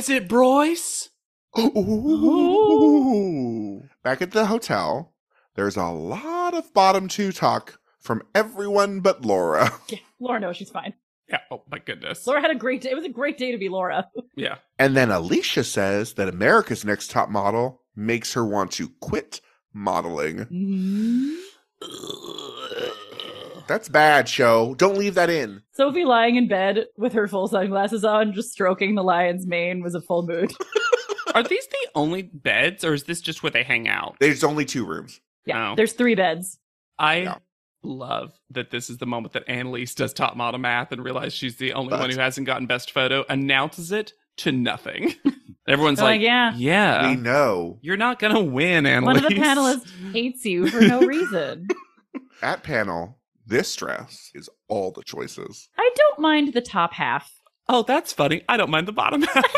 Speaker 2: Is it Bryce?
Speaker 1: Ooh. Back at the hotel, there's a lot of bottom two talk from everyone but Laura.
Speaker 3: Yeah, Laura knows she's fine.
Speaker 2: Yeah. Oh my goodness.
Speaker 3: Laura had a great day. It was a great day to be Laura.
Speaker 2: Yeah.
Speaker 1: And then Alicia says that America's Next Top Model makes her want to quit modeling.
Speaker 2: Mm-hmm.
Speaker 1: That's bad, show. Don't leave that in.
Speaker 3: Sophie lying in bed with her full sunglasses on, just stroking the lion's mane was a full mood.
Speaker 2: Are these the only beds, or is this just where they hang out?
Speaker 1: There's only two rooms.
Speaker 3: Yeah,
Speaker 2: Oh.
Speaker 3: there's three beds.
Speaker 2: I
Speaker 1: Yeah.
Speaker 2: love that this is the moment that Annalise does top model math and realizes she's the only
Speaker 1: But-
Speaker 2: one who hasn't gotten best photo, announces it to nothing. Everyone's
Speaker 3: They're like,
Speaker 2: like,
Speaker 3: yeah,
Speaker 2: yeah,
Speaker 1: we know.
Speaker 2: you're not going to win, Annalise.
Speaker 3: one of the panelists hates you for no reason.
Speaker 1: At panel, this dress is all the choices.
Speaker 3: I don't mind the top half.
Speaker 2: Oh, that's funny. I don't mind the bottom half.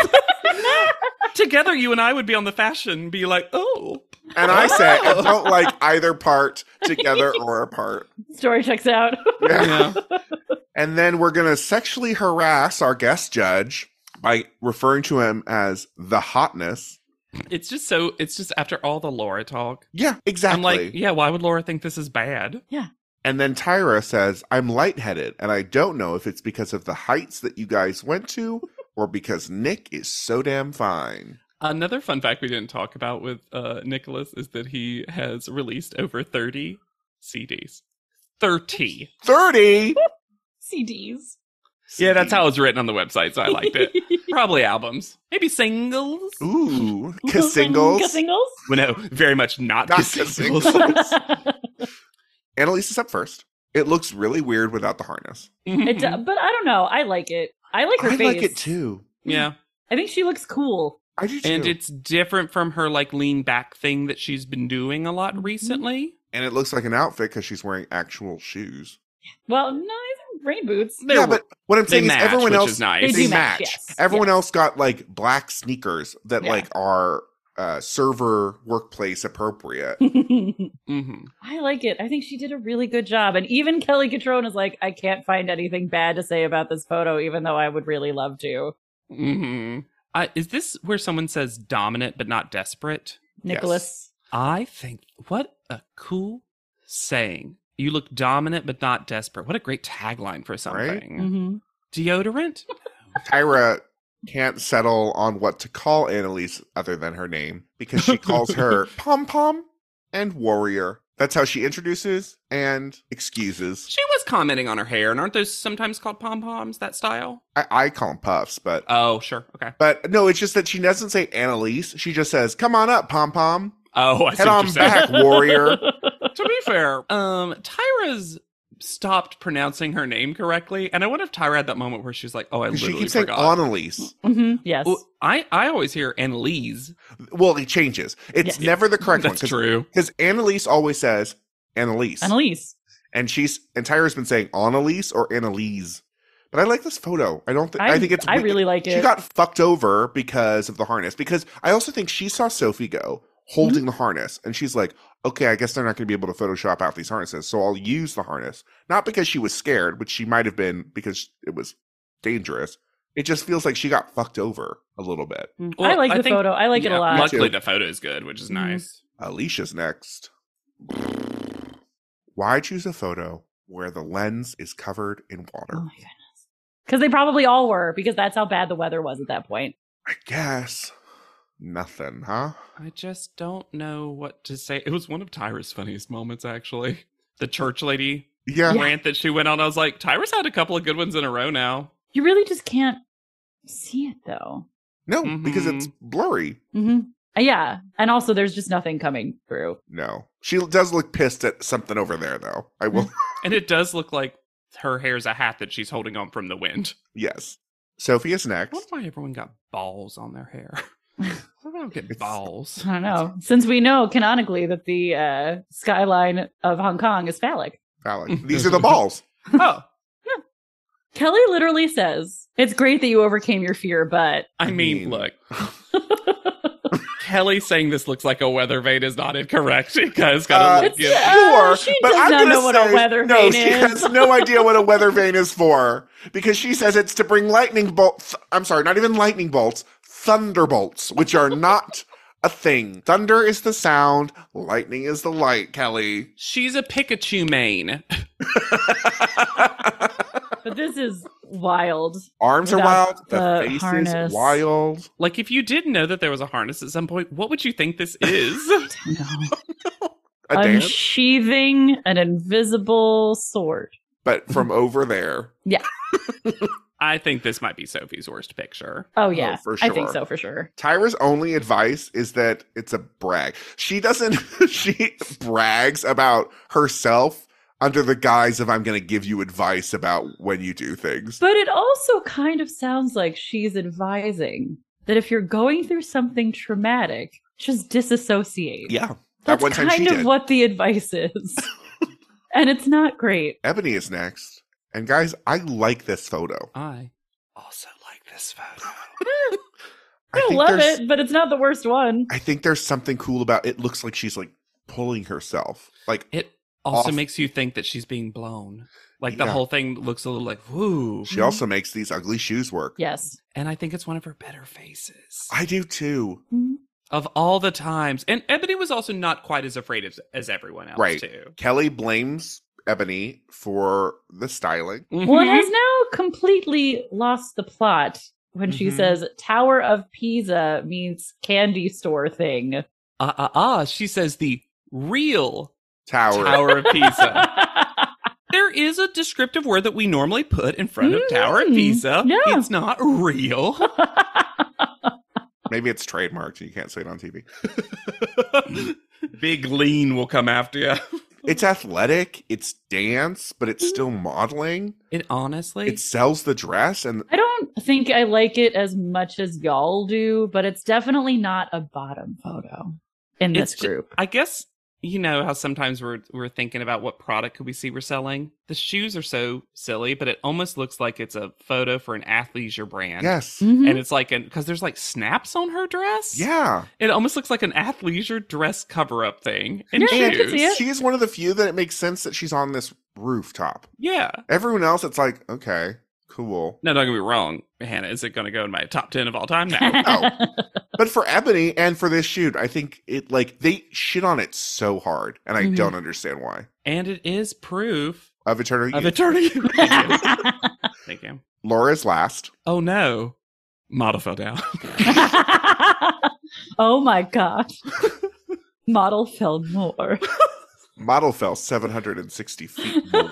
Speaker 2: Together, you and I would be on the fashion and be like, oh,
Speaker 1: And I say I don't like either part together or apart.
Speaker 3: Story checks out.
Speaker 1: Yeah.
Speaker 2: yeah.
Speaker 1: And then we're going to sexually harass our guest judge by referring to him as the hotness.
Speaker 2: it's just so, it's just after all the Laura talk.
Speaker 1: Yeah, exactly.
Speaker 2: I'm like, yeah, why would Laura think this is bad?
Speaker 1: And then Tyra says, I'm lightheaded, and I don't know if it's because of the heights that you guys went to or because Nick is so damn fine.
Speaker 2: Another fun fact we didn't talk about with uh, Nicholas is that he has released over 30 CDs. 30.
Speaker 1: 30!
Speaker 3: CDs.
Speaker 2: Yeah, that's how it's written on the website, so I liked it. Probably albums, maybe singles.
Speaker 1: Ooh, kiss singles.
Speaker 3: Singles.
Speaker 2: Well, no, very much not,
Speaker 1: Not
Speaker 2: just
Speaker 1: just
Speaker 2: singles.
Speaker 1: singles. Annalise is up first. It looks really weird without the harness.
Speaker 2: Mm-hmm.
Speaker 3: It do- but I don't know. I like it. I like her
Speaker 1: I
Speaker 3: face. Hmm.
Speaker 1: like it too.
Speaker 2: yeah,
Speaker 3: I think she looks cool.
Speaker 1: I do too.
Speaker 2: and it's different from her like lean back thing that she's been doing a lot recently.
Speaker 1: and it looks like an outfit because she's wearing actual shoes.
Speaker 3: Well, no, these are rain boots.
Speaker 2: They're-
Speaker 1: yeah, but what I'm
Speaker 2: They
Speaker 1: saying
Speaker 2: match,
Speaker 1: is everyone
Speaker 2: which
Speaker 1: else
Speaker 2: is
Speaker 3: They
Speaker 2: nice.
Speaker 3: do
Speaker 1: they
Speaker 3: match,
Speaker 1: match.
Speaker 3: yes.
Speaker 1: Everyone else got like black sneakers that
Speaker 2: Yeah.
Speaker 1: like are uh, server workplace appropriate.
Speaker 2: hmm
Speaker 3: I like it. I think she did a really good job. And even Kelly Catrone is like, I can't find anything bad to say about this photo, even though I would really love to.
Speaker 2: hmm Uh, is this where someone says dominant but not desperate?
Speaker 3: Nicholas.
Speaker 2: I think what a cool saying. You look dominant but not desperate. What a great tagline for something.
Speaker 3: Mm-hmm.
Speaker 2: Deodorant?
Speaker 1: Tyra can't settle on what to call Annalise other than her name because she calls her Pom Pom and Warrior. That's how she introduces and excuses.
Speaker 2: She was commenting on her hair, and aren't those sometimes called pom poms, that style?
Speaker 1: I, I call 'em puffs, but
Speaker 2: Oh, sure. Okay.
Speaker 1: but no, it's just that she doesn't say Annalise. She just says, "Come on up, Pom Pom.
Speaker 2: Oh, I see
Speaker 1: Head
Speaker 2: what
Speaker 1: on
Speaker 2: you're saying.
Speaker 1: back, Warrior."
Speaker 2: to be fair, um, Tyra's stopped pronouncing her name correctly, and I wonder if Tyra had that moment where she's like, "Oh, I
Speaker 1: she
Speaker 2: literally
Speaker 1: keeps saying
Speaker 2: forgot."
Speaker 1: Annalise.
Speaker 3: hmm Yes.
Speaker 2: Well, I I always hear Annalise.
Speaker 1: Well, it changes. It's
Speaker 3: Yeah.
Speaker 1: never the correct one
Speaker 2: That's
Speaker 1: because
Speaker 2: true.
Speaker 1: because Annalise always says Annalise,
Speaker 3: Annalise.
Speaker 1: and she's and Tyra's been saying Annalise or Annalise. But I like this photo. I don't. Th-
Speaker 3: I,
Speaker 1: I, think it's.
Speaker 3: I
Speaker 1: wi-
Speaker 3: really like
Speaker 1: She
Speaker 3: it.
Speaker 1: got fucked over because of the harness. Because I also think she saw Sophie go holding the harness, and she's like, "Okay, I guess they're not going to be able to Photoshop out these harnesses, so I'll use the harness." Not because she was scared, which she might have been because it was dangerous. It just feels like she got fucked over a little bit.
Speaker 3: Mm-hmm. I like the
Speaker 2: think-
Speaker 3: photo. I like it
Speaker 2: yeah,
Speaker 3: a lot.
Speaker 1: luck- Me
Speaker 2: Luckily,
Speaker 1: too.
Speaker 2: the photo is good, which is
Speaker 3: Mhm.
Speaker 2: nice.
Speaker 1: Alicia's next. Why choose a photo where the lens is covered in
Speaker 3: Oh my
Speaker 1: water?
Speaker 3: goodness. Because they probably all were, because that's how bad the weather was at that point.
Speaker 1: I guess nothing, huh?
Speaker 2: I just don't know what to say. It was one of Tyra's funniest moments, actually. The church lady
Speaker 1: Yeah.
Speaker 2: rant that she went on. I was like, Tyra's had a couple of good ones in a row now.
Speaker 3: You really just can't see it though.
Speaker 1: No, because it's blurry.
Speaker 3: Mm-hmm. Yeah. And also, there's just nothing coming through.
Speaker 1: No. She does look pissed at something over there, though. I will.
Speaker 2: And it does look like her hair's a hat that she's holding on from the wind.
Speaker 1: yes. Sophie is
Speaker 2: I wonder
Speaker 1: next.
Speaker 2: why everyone got balls on their hair. Everyone get
Speaker 1: It's-
Speaker 2: balls.
Speaker 3: I don't know. Since we know canonically that the uh, skyline of Hong Kong is phallic.
Speaker 1: Phallic. These are the balls.
Speaker 2: Oh,
Speaker 3: Kelly literally says, It's great that you overcame your fear, but
Speaker 2: I mean,
Speaker 1: mean-
Speaker 2: look. Kelly saying this looks like a weather vane is not incorrect because gotta
Speaker 1: Uh,
Speaker 2: look
Speaker 3: It's
Speaker 2: give-
Speaker 1: Sure,
Speaker 3: she
Speaker 1: but
Speaker 3: does
Speaker 1: I'm
Speaker 3: not
Speaker 1: gonna
Speaker 3: know what a
Speaker 1: say-
Speaker 3: weather
Speaker 1: no,
Speaker 3: vane
Speaker 1: she
Speaker 3: is.
Speaker 1: has no idea what a weather vane is for because she says it's to bring lightning bolts. I'm sorry, not even lightning bolts, thunderbolts, which are not a thing. Thunder is the sound, lightning is the light. Kelly,
Speaker 2: She's a Pikachu main.
Speaker 3: But this is wild.
Speaker 1: arms
Speaker 3: Without
Speaker 1: are wild, the,
Speaker 3: the
Speaker 1: face
Speaker 3: harness.
Speaker 1: is wild.
Speaker 2: Like if you did know that there was a harness at some point, what would you think this is?
Speaker 3: No.
Speaker 1: A dance,
Speaker 3: Unsheathing an invisible sword.
Speaker 1: but from over there.
Speaker 2: I think this might be Sophie's worst picture.
Speaker 3: Oh yeah,
Speaker 1: for
Speaker 3: I think
Speaker 1: sure.
Speaker 3: so for sure.
Speaker 1: Tyra's only advice is that it's a brag. She doesn't, she brags about herself under the guise of, I'm going to give you advice about when you do things.
Speaker 3: But it also kind of sounds like she's advising that if you're going through something traumatic, just disassociate.
Speaker 1: Yeah.
Speaker 3: That's
Speaker 1: one time
Speaker 3: kind
Speaker 1: she
Speaker 3: of
Speaker 1: did.
Speaker 3: what the advice is. and it's not great.
Speaker 1: Ebony is next. And guys, I like this photo.
Speaker 2: I also like this photo.
Speaker 3: I,
Speaker 1: think
Speaker 3: love
Speaker 1: there's-
Speaker 3: it, but it's not the worst one.
Speaker 1: I think there's something cool about it. Looks like she's like pulling herself. Like,
Speaker 2: It also
Speaker 1: Off.
Speaker 2: makes you think that she's being blown. Like the
Speaker 1: Yeah.
Speaker 2: whole thing looks a little like whoo.
Speaker 1: she also makes these ugly shoes work.
Speaker 3: Mm-hmm. Yes.
Speaker 2: And I think it's one of her better faces.
Speaker 1: I do too.
Speaker 2: of all the times. And Ebony was also not quite as afraid as, as everyone else
Speaker 1: Right.
Speaker 2: too.
Speaker 1: Kelly blames Ebony for the styling.
Speaker 3: Well, it has now completely lost the plot when she
Speaker 1: Mm-hmm.
Speaker 2: Mhm.
Speaker 3: says Tower of Pisa means candy store thing.
Speaker 2: Ah, ah, ah. She says the real
Speaker 1: Tower.
Speaker 2: Tower of Pisa.
Speaker 3: That's
Speaker 2: there is a descriptive word that we normally put in front of Tower of
Speaker 3: Mm,
Speaker 2: Pisa.
Speaker 3: yeah.
Speaker 2: It's not real.
Speaker 1: Maybe it's trademarked and you can't say it on TV.
Speaker 2: Hmm. Big lean will come after you.
Speaker 1: It's athletic, it's dance, but
Speaker 2: Hmm.
Speaker 1: it's still modeling.
Speaker 2: It honestly,
Speaker 1: It sells the dress and
Speaker 3: I don't think I like it as much as y'all do, but it's definitely not a bottom photo in this
Speaker 2: It's ju-
Speaker 3: group.
Speaker 2: I guess you know how sometimes we're we're thinking about what product could we see we're selling. The shoes are so silly, but it almost looks like it's a photo for an athleisure brand.
Speaker 1: yes.
Speaker 3: Mhm.
Speaker 2: And Hmm. it's like an because there's like snaps on her dress.
Speaker 1: Mm-hmm. Yeah.
Speaker 2: It almost looks like an athleisure dress cover up thing. And
Speaker 3: Yeah, I
Speaker 2: shoes.
Speaker 3: can see it.
Speaker 1: She's one of the few that it makes sense that she's on this rooftop.
Speaker 2: Yeah.
Speaker 1: Everyone else, it's like, okay, cool.
Speaker 2: No, don't get me wrong. Hannah, is it gonna go in my top ten of all time
Speaker 3: Mm-hmm.
Speaker 2: now?
Speaker 1: But for Ebony and for this shoot, I think it like they shit on it so hard, and I
Speaker 2: Mm-hmm.
Speaker 3: Mhm.
Speaker 1: don't understand why.
Speaker 2: and it is proof
Speaker 1: Of eternal
Speaker 2: of
Speaker 1: youth.
Speaker 2: eternity. oh, Thank you. Thank you.
Speaker 1: Laura's last.
Speaker 2: Oh no. Model fell down.
Speaker 3: oh my god. Model fell more.
Speaker 1: Model fell 760 feet. more.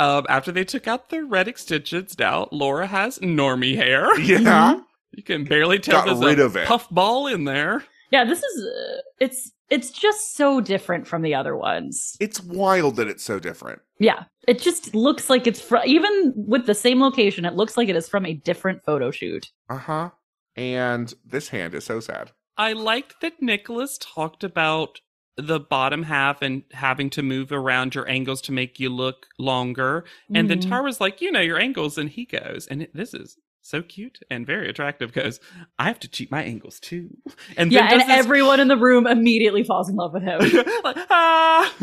Speaker 2: Um, after they took out the red extensions, now Laura has normie hair.
Speaker 1: yeah.
Speaker 2: You can barely tell
Speaker 1: Got
Speaker 2: there's
Speaker 1: rid
Speaker 2: a
Speaker 1: of it.
Speaker 2: puff ball in there.
Speaker 3: yeah, this is uh, it's it's just so different from the other ones.
Speaker 1: It's wild that it's so different.
Speaker 3: Yeah, it just looks like it's from even with the same location, it looks like it is from a different photo shoot.
Speaker 1: Uh huh. And this hand is so sad.
Speaker 2: I liked that Nicholas talked about the bottom half and having to move around your angles to make you look longer. And then
Speaker 3: Mhm.
Speaker 2: Tara's like, you know, your angles. And he goes, and it- this is so cute and very attractive, goes, I have to cheat my angles too. And
Speaker 3: yeah,
Speaker 2: then
Speaker 3: and
Speaker 2: does this-
Speaker 3: everyone in the room immediately falls in love with him.
Speaker 2: like, ah!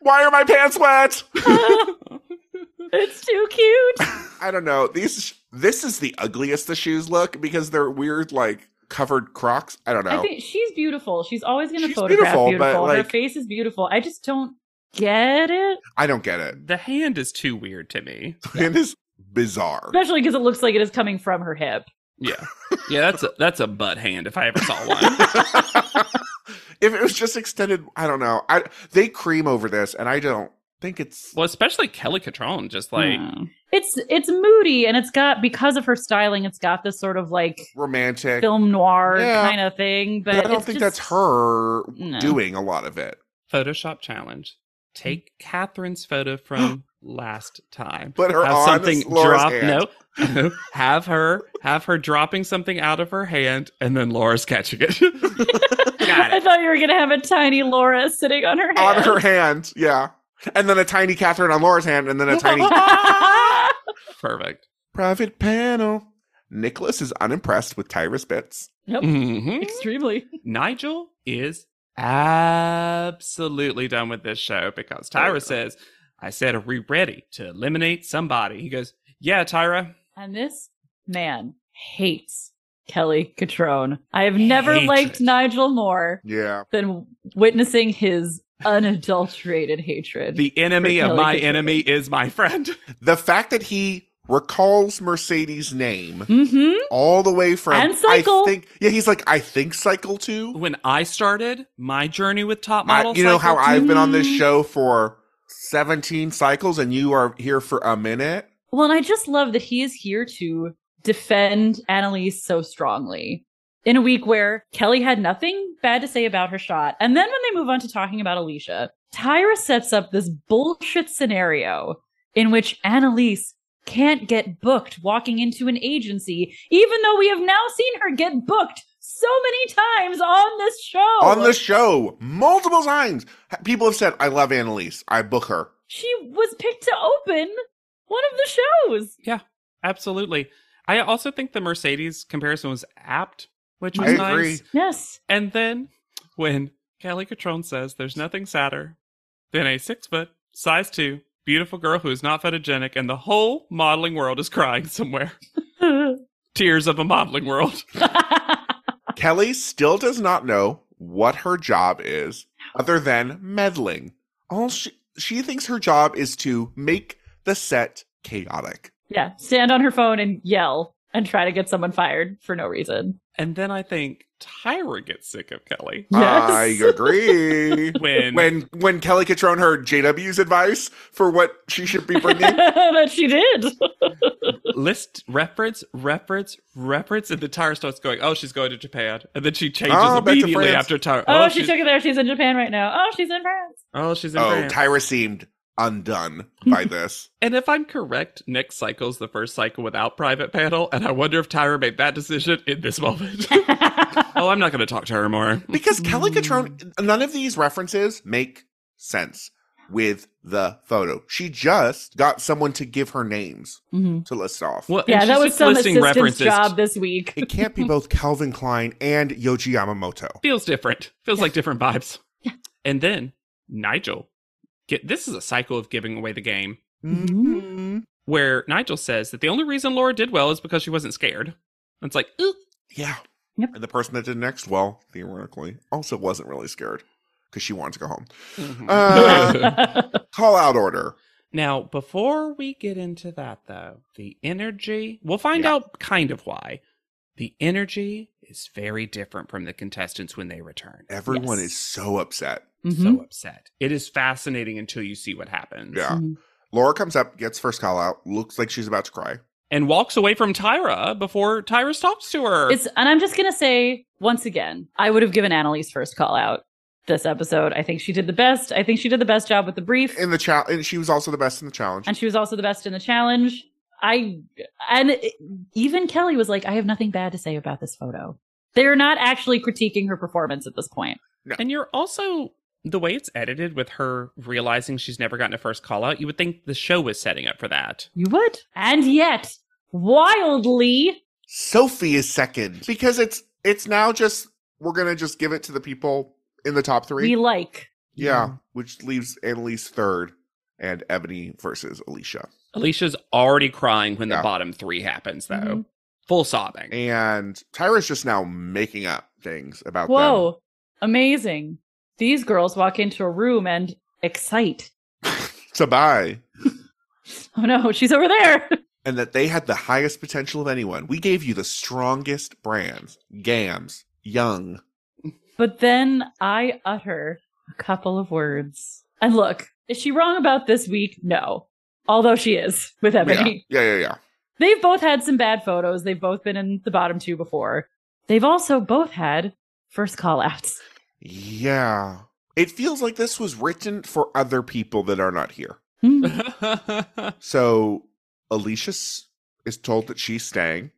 Speaker 1: Why are my pants wet?
Speaker 3: it's too cute.
Speaker 1: I don't know. These this is the ugliest the shoes look because they're weird, like covered Crocs. I don't know.
Speaker 3: I think she's beautiful. She's always going to
Speaker 1: She's
Speaker 3: photograph
Speaker 1: beautiful,
Speaker 3: beautiful.
Speaker 1: but,
Speaker 3: Her
Speaker 1: like-
Speaker 3: face is beautiful. I just don't get it,
Speaker 1: I don't get it.
Speaker 2: the hand is too weird to me.
Speaker 1: It is bizarre.
Speaker 3: especially because it looks like it is coming from her hip.
Speaker 2: Yeah. Yeah, that's a that's a butt hand if I ever saw one.
Speaker 1: if it was just extended, I don't know. I they cream over this, and I don't think it's
Speaker 2: well, especially Kelly Catron, just like
Speaker 3: Hmm. it's it's moody and it's got because of her styling, it's got this sort of like
Speaker 1: romantic.
Speaker 3: film noir
Speaker 1: Yeah.
Speaker 3: kind of thing.
Speaker 1: but
Speaker 3: But,
Speaker 1: I don't
Speaker 3: it's
Speaker 1: think
Speaker 3: just-
Speaker 1: that's her
Speaker 3: No.
Speaker 1: doing a lot of it.
Speaker 2: Photoshop challenge. Take Catherine's photo from last time.
Speaker 1: Put her
Speaker 2: have
Speaker 1: on
Speaker 2: something
Speaker 1: Laura's
Speaker 2: drop
Speaker 1: hand.
Speaker 2: no have her have her dropping something out of her hand and then Laura's catching it. Got
Speaker 3: I
Speaker 2: it.
Speaker 3: thought you were gonna have a tiny Laura sitting on her head.
Speaker 1: On her hand, yeah. And then a tiny Catherine on Laura's hand, and then a tiny
Speaker 2: Perfect.
Speaker 1: private panel. Nicholas is unimpressed with Tyrus Bits.
Speaker 3: Nope.
Speaker 2: Mhm.
Speaker 3: Extremely.
Speaker 2: Nigel is absolutely done with this show because Tyra says, I said, Are we ready to eliminate somebody? He goes, Yeah, Tyra.
Speaker 3: And this man hates Kelly Catrone. I have never
Speaker 2: Hatred.
Speaker 3: liked Nigel more
Speaker 1: Yeah.
Speaker 3: than witnessing his unadulterated hatred.
Speaker 2: The enemy
Speaker 3: For
Speaker 2: of my
Speaker 3: Kelly Katrina.
Speaker 2: enemy is my friend.
Speaker 1: The fact that he recalls Mercedes' name
Speaker 3: mm-hmm.
Speaker 1: all the way from
Speaker 3: And Cycle.
Speaker 1: I think yeah, he's like, I think cycle two.
Speaker 2: When I started my journey with top
Speaker 1: I-
Speaker 2: model,
Speaker 1: you know how
Speaker 2: Cycle
Speaker 1: I've been on this
Speaker 3: Mm.
Speaker 1: show for 17 cycles and you are here for a minute?
Speaker 3: Well, and I just love that he is here to defend Annalise so strongly. In a week where Kelly had nothing bad to say about her shot. And then when they move on to talking about Alicia, Tyra sets up this bullshit scenario in which Annalise can't get booked walking into an agency, even though we have now seen her get booked so many times on this show.
Speaker 1: On the show, multiple times. Ha- People have said, I love Annalise. I book her.
Speaker 3: she was picked to open one of the shows.
Speaker 2: Absolutely. I also think the Mercedes comparison was apt, which was
Speaker 1: I
Speaker 2: nice.
Speaker 1: agree.
Speaker 3: Yes.
Speaker 2: And then when Kelly Catrone says there's nothing sadder than a six foot, size two, beautiful girl who is not photogenic and the whole modeling world is crying somewhere. Tears of a modeling world.
Speaker 1: Kelly still does not know what her job is other than meddling. All she, she thinks her job is to make the set chaotic.
Speaker 3: Yeah, stand on her phone and yell and try to get someone fired for no reason.
Speaker 2: And then I think Tyra gets sick of Kelly.
Speaker 3: Yes.
Speaker 1: I agree.
Speaker 2: When,
Speaker 1: when when Kelly Catrone heard JW's advice for what she should be bringing,
Speaker 3: but she did.
Speaker 2: Oh, list reference, reference, reference, and then Tyra starts going, Oh, she's going to Japan. And then she changes
Speaker 1: Oh, back to
Speaker 2: immediately
Speaker 1: France.
Speaker 2: after Tyra.
Speaker 3: Oh, she
Speaker 2: she's-
Speaker 3: took it there. She's in Japan right now. Oh, she's in France.
Speaker 2: Oh, she's in
Speaker 1: oh,
Speaker 2: France.
Speaker 1: Tyra seemed undone by this.
Speaker 2: And if I'm correct, next cycle's the first cycle without private panel, and I wonder if Tyra made that decision in this moment. oh, I'm not going to talk to her more.
Speaker 1: Because Kelly Catrone, none of these references make sense with the photo. She just got someone to give her names
Speaker 3: Mhm.
Speaker 1: to list off.
Speaker 2: Well,
Speaker 3: Yeah,
Speaker 2: and
Speaker 3: that
Speaker 2: she's
Speaker 3: was
Speaker 2: just
Speaker 3: some
Speaker 2: listing
Speaker 3: assistant's
Speaker 2: references.
Speaker 3: job this week.
Speaker 1: It can't be both Calvin Klein and Yoji Yamamoto.
Speaker 2: Feels different. Feels like different vibes. And then Nigel, get this is a cycle of giving away the game Mm-hmm.
Speaker 1: Mhm.
Speaker 2: where Nigel says that the only reason Laura did well is because she wasn't scared. And it's like, ooh,
Speaker 1: Yeah.
Speaker 3: Yep.
Speaker 1: And the person that did next, well, theoretically, also wasn't really scared because she wanted to go home. Uh, Call out order.
Speaker 2: Now, before we get into that, though, the energy, we'll find
Speaker 1: Yeah.
Speaker 2: out kind of why. The energy is very different from the contestants when they return.
Speaker 1: Everyone
Speaker 3: Yes.
Speaker 1: is so upset.
Speaker 3: Mhm.
Speaker 2: So upset. It is fascinating until you see what happens.
Speaker 1: Yeah.
Speaker 3: Mhm.
Speaker 1: Laura comes up, gets first call out, looks like she's about to cry.
Speaker 2: And walks away from Tyra before Tyra stops to her.
Speaker 3: It's and I'm just gonna say once again, I would have given Annalise first call out this episode. I think she did the best. I think she did the best job with the brief.
Speaker 1: In the challenge, and she was also the best in the challenge.
Speaker 3: and she was also the best in the challenge. I and it- even Kelly was like, I have nothing bad to say about this photo. They're not actually critiquing her performance at this point.
Speaker 2: and you're also the way it's edited with her realizing she's never gotten a first call out, you would think the show was setting up for that.
Speaker 3: You would, and yet, wildly,
Speaker 1: Sophie is second because it's it's now just we're gonna just give it to the people in the top three.
Speaker 3: we like.
Speaker 1: yeah, which leaves Annalise third and Ebony versus Alicia.
Speaker 2: Alicia's already crying when
Speaker 1: Yeah.
Speaker 2: the bottom three happens, though.
Speaker 3: Mhm.
Speaker 2: Full sobbing.
Speaker 1: And Tyra's just now making up things about
Speaker 3: Whoa, amazing! These girls walk into a room and excite.
Speaker 1: them. So bye.
Speaker 3: Oh no, she's over there.
Speaker 1: And that they had the highest potential of anyone. We gave you the strongest brands. Gams, Young.
Speaker 3: But then I utter a couple of words. And look, is she wrong about this week? No. Although she is with Ebony.
Speaker 1: Yeah, yeah, yeah. yeah.
Speaker 3: They've both had some bad photos. They've both been in the bottom two before. They've also both had first call outs.
Speaker 1: Yeah. It feels like this was written for other people that are not here.
Speaker 3: Hmm.
Speaker 2: mm-hmm.
Speaker 1: So Alicia s- is told that she's staying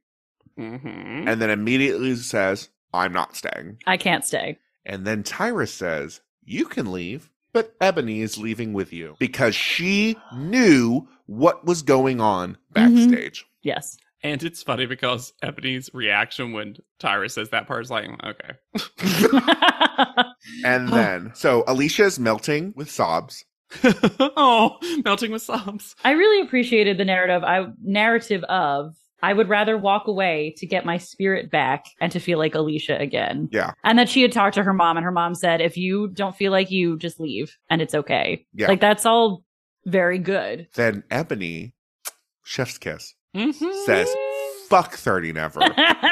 Speaker 2: Mm-hmm.
Speaker 1: and then immediately says, I'm not staying.
Speaker 3: I can't stay.
Speaker 1: And then Tyra says, You can leave, but Ebony is leaving with you because she knew what was going on
Speaker 3: Mhm.
Speaker 1: backstage.
Speaker 3: Yes.
Speaker 2: And it's funny because Ebony's reaction when Tyra says that part is like, mm, okay.
Speaker 1: And then, so Alicia is melting with sobs.
Speaker 2: oh, melting with sobs.
Speaker 3: I really appreciated the narrative. I narrative of I would rather walk away to get my spirit back and to feel like Alicia again.
Speaker 1: Yeah.
Speaker 3: And that she had talked to her mom and her mom said, if you don't feel like you, just leave and it's okay.
Speaker 1: Yeah.
Speaker 3: Like that's all very good.
Speaker 1: Then Ebony, chef's kiss,
Speaker 2: Mhm.
Speaker 1: says, fuck 30 never.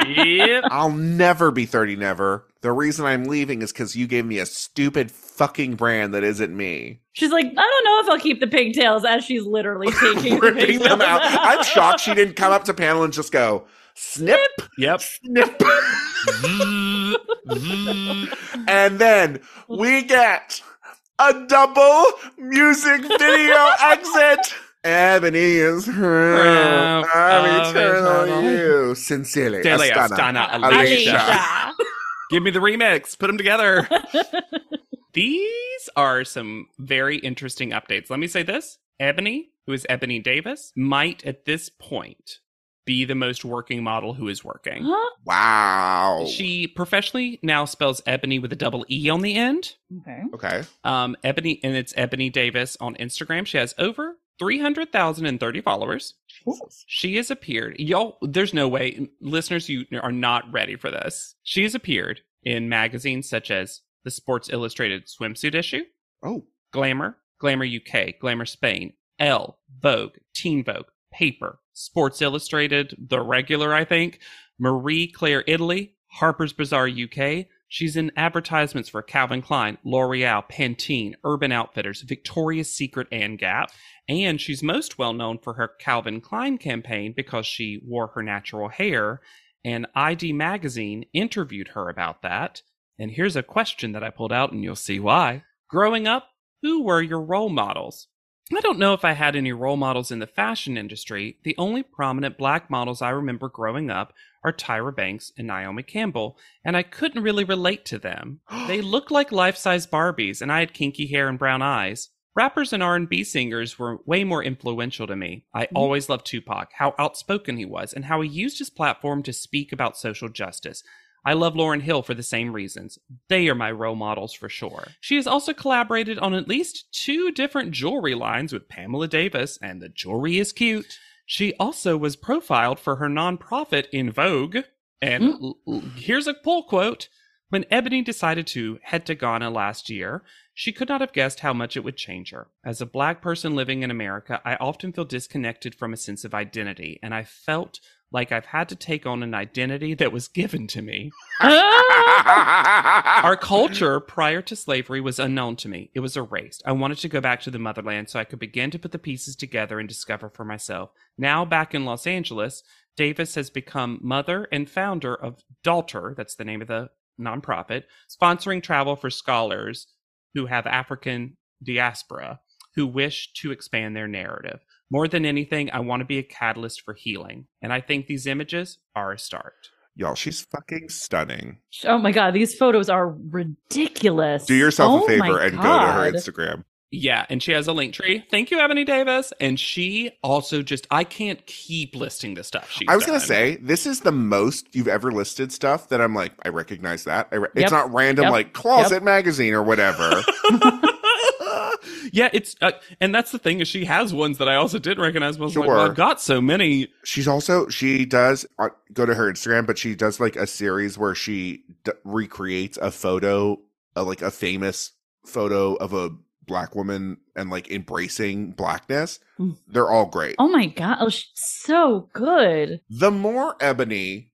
Speaker 2: yep.
Speaker 1: I'll never be 30 never. The reason I'm leaving is because you gave me a stupid fucking brand that isn't me.
Speaker 3: She's like, I don't know if I'll keep the pigtails as she's literally taking the
Speaker 1: Ripping
Speaker 3: pigtails
Speaker 1: them out.
Speaker 3: out.
Speaker 1: I'm shocked she didn't come up to panel and just go, snip,
Speaker 2: Yep.
Speaker 1: snip. Mm. and then we get a double music video exit. Ebony is her.
Speaker 2: Proud
Speaker 1: I'm
Speaker 2: of
Speaker 1: eternal
Speaker 2: eternal.
Speaker 1: you. Sincerely.
Speaker 2: Delia,
Speaker 1: Astana.
Speaker 2: Stana,
Speaker 1: Alicia.
Speaker 2: Alicia. Give me the remix. Put them together. These are some very interesting updates. Let me say this Ebony, who is Ebony Davis, might at this point be the most working model who is working.
Speaker 3: Huh?
Speaker 1: Wow.
Speaker 2: She professionally now spells Ebony with a double E on the end.
Speaker 3: Okay.
Speaker 1: okay.
Speaker 2: Um, Ebony, and it's Ebony Davis on Instagram. She has over 300,030 followers. She has appeared. Y'all, there's no way, listeners, you are not ready for this. She has appeared in magazines such as the Sports Illustrated swimsuit issue,
Speaker 1: Oh.
Speaker 2: Glamour, Glamour UK, Glamour Spain, Elle, Vogue, Teen Vogue, Paper, Sports Illustrated, the regular, I think, Marie Claire Italy, Harper's Bazaar UK. She's in advertisements for Calvin Klein, L'Oreal, Pantene, Urban Outfitters, Victoria's Secret, and Gap. And she's most well known for her Calvin Klein campaign because she wore her natural hair. And ID Magazine interviewed her about that. And here's a question that I pulled out, and you'll see why. Growing up, who were your role models? I don't know if I had any role models in the fashion industry. The only prominent black models I remember growing up are Tyra Banks and Naomi Campbell, and I couldn't really relate to them. They looked like life-size Barbies, and I had kinky hair and brown eyes. Rappers and R&B singers were way more influential to me. I always loved Tupac, how outspoken he was, and how he used his platform to speak about social justice. I love Lauren Hill for the same reasons. They are my role models for sure. She has also collaborated on at least two different jewelry lines with Pamela Davis, and the jewelry is cute. She also was profiled for her nonprofit in Vogue. And l- l- here's a pull quote When Ebony decided to head to Ghana last year, she could not have guessed how much it would change her. As a black person living in America, I often feel disconnected from a sense of identity, and I felt like I've had to take on an identity that was given to me. Our
Speaker 3: Ah.
Speaker 2: culture prior to slavery was unknown to me. It was erased. I wanted to go back to the motherland so I could begin to put the pieces together and discover for myself. Now, back in Los Angeles, Davis has become mother and founder of Dalter, that's the name of the nonprofit, sponsoring travel for scholars who have African diaspora who wish to expand their narrative. More than anything, I want to be a catalyst for healing. And I think these images are a start.
Speaker 1: Y'all, she's fucking stunning.
Speaker 3: Oh my god, these photos are ridiculous.
Speaker 1: Do yourself
Speaker 3: Oh
Speaker 1: a favor
Speaker 3: my
Speaker 1: and go to her
Speaker 3: God.
Speaker 1: Instagram.
Speaker 2: Yeah, and she has a link tree. Thank you, Ebony Davis. And she also just I can't keep listing the stuff she's
Speaker 1: I was gonna
Speaker 2: done.
Speaker 1: say this is the most you've ever listed stuff that I'm like I recognize that I re- it's
Speaker 3: Yep.
Speaker 1: not random
Speaker 3: Yep.
Speaker 1: like closet magazine or whatever.
Speaker 2: yeah, it's uh, and that's the thing is she has ones that I also didn't recognize. But I was like,
Speaker 1: Sure.
Speaker 2: well, I've got so many.
Speaker 1: She's also she does uh, go to her Instagram, but she does like a series where she d- recreates a photo, uh, like a famous photo of a black woman and like embracing blackness.
Speaker 3: Mm.
Speaker 1: They're all great.
Speaker 3: Oh my god, oh, she's so good.
Speaker 1: The more Ebony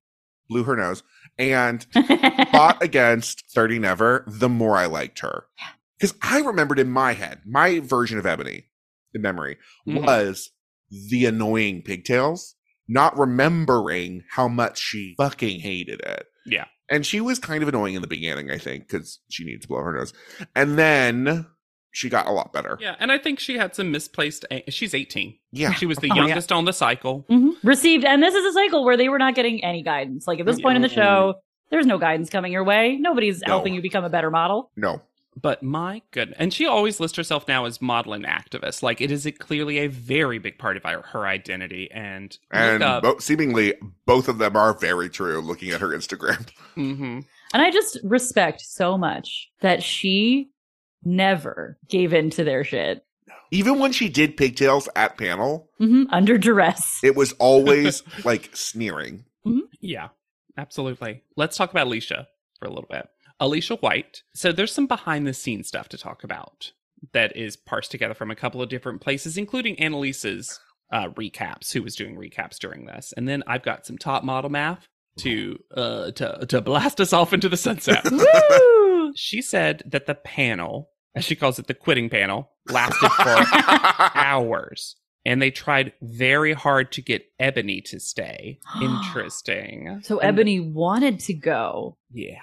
Speaker 1: blew her nose and fought against 30 Never, the more I liked her. Because I remembered in my head, my version of Ebony, the memory,
Speaker 2: Mhm.
Speaker 1: was the annoying pigtails, not remembering how much she fucking hated it.
Speaker 2: Yeah.
Speaker 1: And she was kind of annoying in the beginning, I think, because she needed to blow her nose. And then she got a lot better.
Speaker 2: Yeah, and I think she had some misplaced. a- She's eighteen.
Speaker 1: Yeah.
Speaker 2: She was the
Speaker 1: Oh, yeah.
Speaker 2: youngest on the cycle.
Speaker 3: Mhm. Received, and this is a cycle where they were not getting any guidance. Like at this point in the show, there's no guidance coming your way. Nobody's
Speaker 1: No.
Speaker 3: helping you become a better model.
Speaker 1: No.
Speaker 2: But my goodness. And she always lists herself now as model and activist. Like it is a, clearly a very big part of her, her identity. And, look
Speaker 1: And
Speaker 2: up-
Speaker 1: bo- seemingly both of them are very true looking at her Instagram.
Speaker 2: Mhm.
Speaker 3: And I just respect so much that she never gave in to their shit.
Speaker 1: Even when she did pigtails at panel,
Speaker 3: hmm Under duress.
Speaker 1: it was always like sneering.
Speaker 2: yeah, absolutely. Let's talk about Alicia for a little bit. Alicia White. So there's some behind the scenes stuff to talk about that is parsed together from a couple of different places, including Annalise's uh, recaps, who was doing recaps during this. And then I've got some top model math to uh, to to blast us off into the sunset.
Speaker 3: Woo!
Speaker 2: she said that the panel, as she calls it, the quitting panel, lasted for hours. And they tried very hard to get Ebony to stay. Interesting.
Speaker 3: So
Speaker 2: And-
Speaker 3: Ebony wanted to go.
Speaker 2: yeah.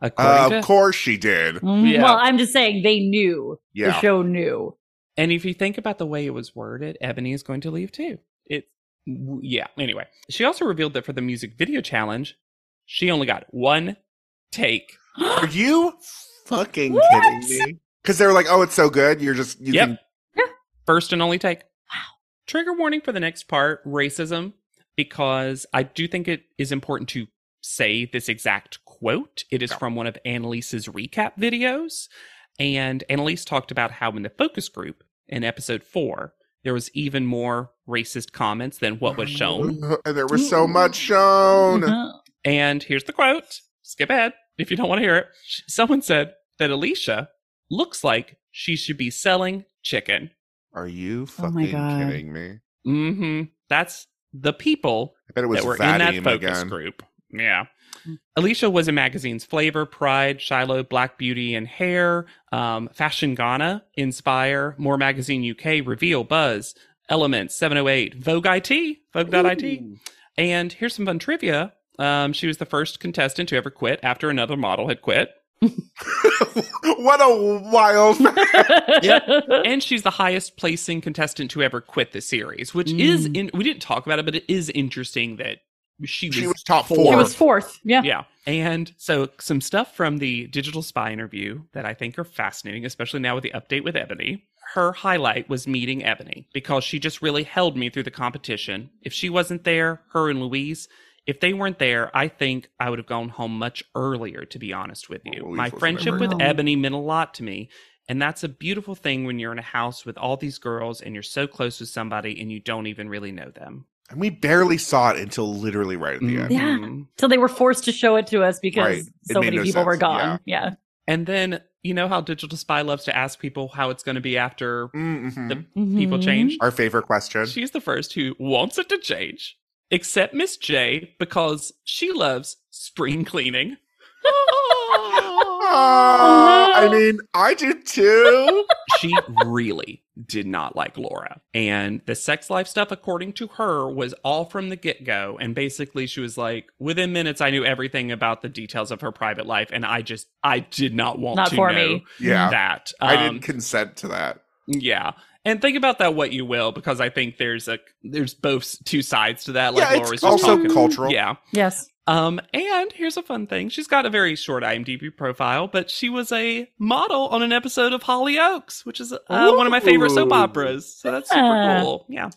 Speaker 1: Uh,
Speaker 2: According
Speaker 1: of
Speaker 2: to-
Speaker 1: course she did.
Speaker 3: Mm,
Speaker 2: Yeah.
Speaker 3: Well, I'm just saying they knew. The
Speaker 1: Yeah.
Speaker 3: show knew.
Speaker 2: and if you think about the way it was worded, Ebony is going to leave too. It, w- yeah. Anyway, she also revealed that for the music video challenge, she only got one take.
Speaker 1: Are you fucking
Speaker 3: What?
Speaker 1: kidding me? Because they were like, oh, it's so good. You're just, you
Speaker 2: Yep.
Speaker 1: can.
Speaker 2: First and only take. Wow. Trigger warning for the next part racism, because I do think it is important to say this exact quote. It is from one of Annalise's recap videos. And Annalise talked about how in the focus group in episode four, there was even more racist comments than what was shown.
Speaker 1: And there was so much
Speaker 2: Mm-hmm.
Speaker 1: shown.
Speaker 3: Uh-huh.
Speaker 2: And here's the quote skip ahead if you don't want to hear it. Someone said that Alicia looks like she should be selling chicken.
Speaker 1: Are you
Speaker 3: Oh my
Speaker 1: fucking
Speaker 3: God.
Speaker 1: kidding me?
Speaker 2: Mm-hmm. That's the people
Speaker 1: I bet it was
Speaker 2: that were in
Speaker 1: Vadim
Speaker 2: that focus
Speaker 1: again.
Speaker 2: group. Yeah. Alicia was in magazines Flavor, Pride, Shiloh, Black Beauty, and Hair, um, Fashion Ghana, Inspire, More Magazine UK, Reveal, Buzz, Elements, 708, Vogue IT, Vogue.it. And here's some fun trivia. Um, she was the first contestant to ever quit after another model had quit.
Speaker 1: what a wild.
Speaker 2: and she's the highest placing contestant to ever quit the series, which is,
Speaker 3: Mm.
Speaker 2: in, we didn't talk about it, but it is interesting that she was
Speaker 1: She was top
Speaker 2: four.
Speaker 1: four.
Speaker 3: It was fourth. Yeah.
Speaker 2: yeah. And so some stuff from the Digital Spy interview that I think are fascinating, especially now with the update with Ebony. Her highlight was meeting Ebony because she just really held me through the competition. If she wasn't there, her and Louise, if they weren't there, I think I would have gone home much earlier, to be honest with you.
Speaker 1: Well, Louise
Speaker 2: My
Speaker 1: wasn't
Speaker 2: friendship
Speaker 1: there
Speaker 2: with
Speaker 3: either.
Speaker 2: Ebony meant a lot to me. And that's a beautiful thing when you're in a house with all these girls and you're so close with somebody and you don't even really know them.
Speaker 1: And we barely saw it until literally right at the end.
Speaker 3: Yeah.
Speaker 2: Mhm.
Speaker 3: So they were forced to show it to us because
Speaker 1: Right. It
Speaker 3: so
Speaker 1: made
Speaker 3: many
Speaker 1: no
Speaker 3: people were
Speaker 1: sense.
Speaker 3: gone. Yeah.
Speaker 2: And then you know how Digital Spy loves to ask people how it's going to be after
Speaker 1: Mm-hmm.
Speaker 2: The- people
Speaker 3: Mhm.
Speaker 2: change.
Speaker 1: Our favorite question.
Speaker 2: She's the first who wants it to change, except Miss J because she loves spring cleaning.
Speaker 1: Ah, I mean, I do too.
Speaker 2: she really did not like Laura. And the sex life stuff, according to her, was all from the get go. And basically, she was like, within minutes, I knew everything about the details of her private life. And I just, I did not want
Speaker 3: Not
Speaker 2: to
Speaker 3: for
Speaker 2: know
Speaker 3: me.
Speaker 1: yeah.
Speaker 2: that.
Speaker 1: I
Speaker 2: Um,
Speaker 1: didn't consent to that.
Speaker 2: Yeah. And think about that what you will, because I think there's a there's both two sides to that. Like
Speaker 1: yeah,
Speaker 2: Laura's
Speaker 1: it's
Speaker 2: just
Speaker 1: also
Speaker 2: talking.
Speaker 1: cultural.
Speaker 2: Yeah.
Speaker 3: Yes.
Speaker 2: Um, and here's a fun thing. She's got a very short IMDb profile, but she was a model on an episode of Hollyoaks, which is uh, one of my favorite soap
Speaker 1: Ooh.
Speaker 2: operas. So that's super
Speaker 3: Yeah.
Speaker 2: cool. Yeah.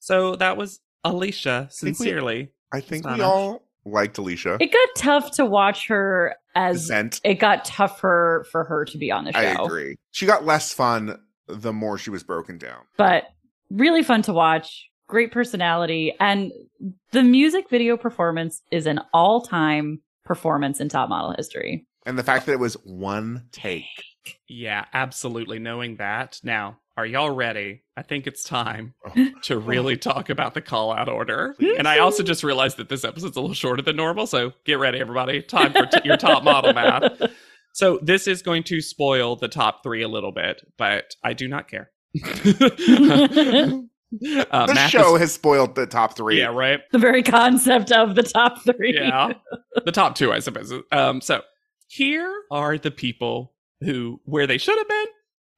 Speaker 2: So that was Alicia,
Speaker 1: think we-
Speaker 2: sincerely.
Speaker 1: I think we
Speaker 2: Sana.
Speaker 1: all liked Alicia.
Speaker 3: It got tough to watch her as
Speaker 1: Consent.
Speaker 3: it got tougher for her to be on the show.
Speaker 1: I agree. She got less fun the more she was broken down.
Speaker 3: But really fun to watch. Great personality. And the music video performance is an all time performance in top model history.
Speaker 1: And the fact that it was one take.
Speaker 2: Yeah, absolutely. Knowing that. Now, are y'all ready? I think it's time
Speaker 1: Oh,
Speaker 2: to really talk about the call out order. And I also just realized that this episode's a little shorter than normal. So get ready, everybody. Time for t- your top model math. So this is going to spoil the top three a little bit, but I do not care. uh,
Speaker 1: the
Speaker 2: math
Speaker 1: show
Speaker 2: is-
Speaker 1: has spoiled the top three.
Speaker 2: yeah, right.
Speaker 3: The very concept of the top three.
Speaker 2: Yeah. the top two, I suppose. Um, so here are the people who where they should have been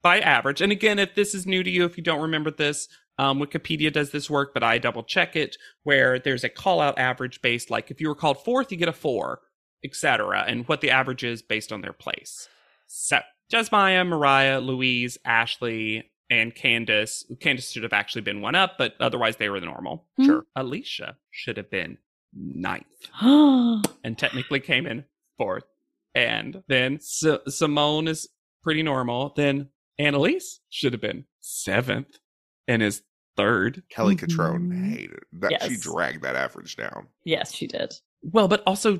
Speaker 2: by average. And again, if this is new to you, if you don't remember this, um, Wikipedia does this work, but I double check it where there's a call out average based, like if you were called fourth, you get a four, etc., and what the average is based on their place. So Jesmiah, Mariah, Louise, Ashley, and Candace. Candace should have actually been one up, but otherwise they were the normal.
Speaker 3: Mhm.
Speaker 2: Sure. Alicia should have been ninth and technically came in fourth. And then S- Simone is pretty normal. Then Annalise should have been seventh and is third.
Speaker 1: Kelly
Speaker 3: Mhm.
Speaker 1: Catrone
Speaker 2: Mm-hmm.
Speaker 1: hated that she
Speaker 3: Yes.
Speaker 1: dragged that average down.
Speaker 3: yes, she did.
Speaker 2: Well, but also,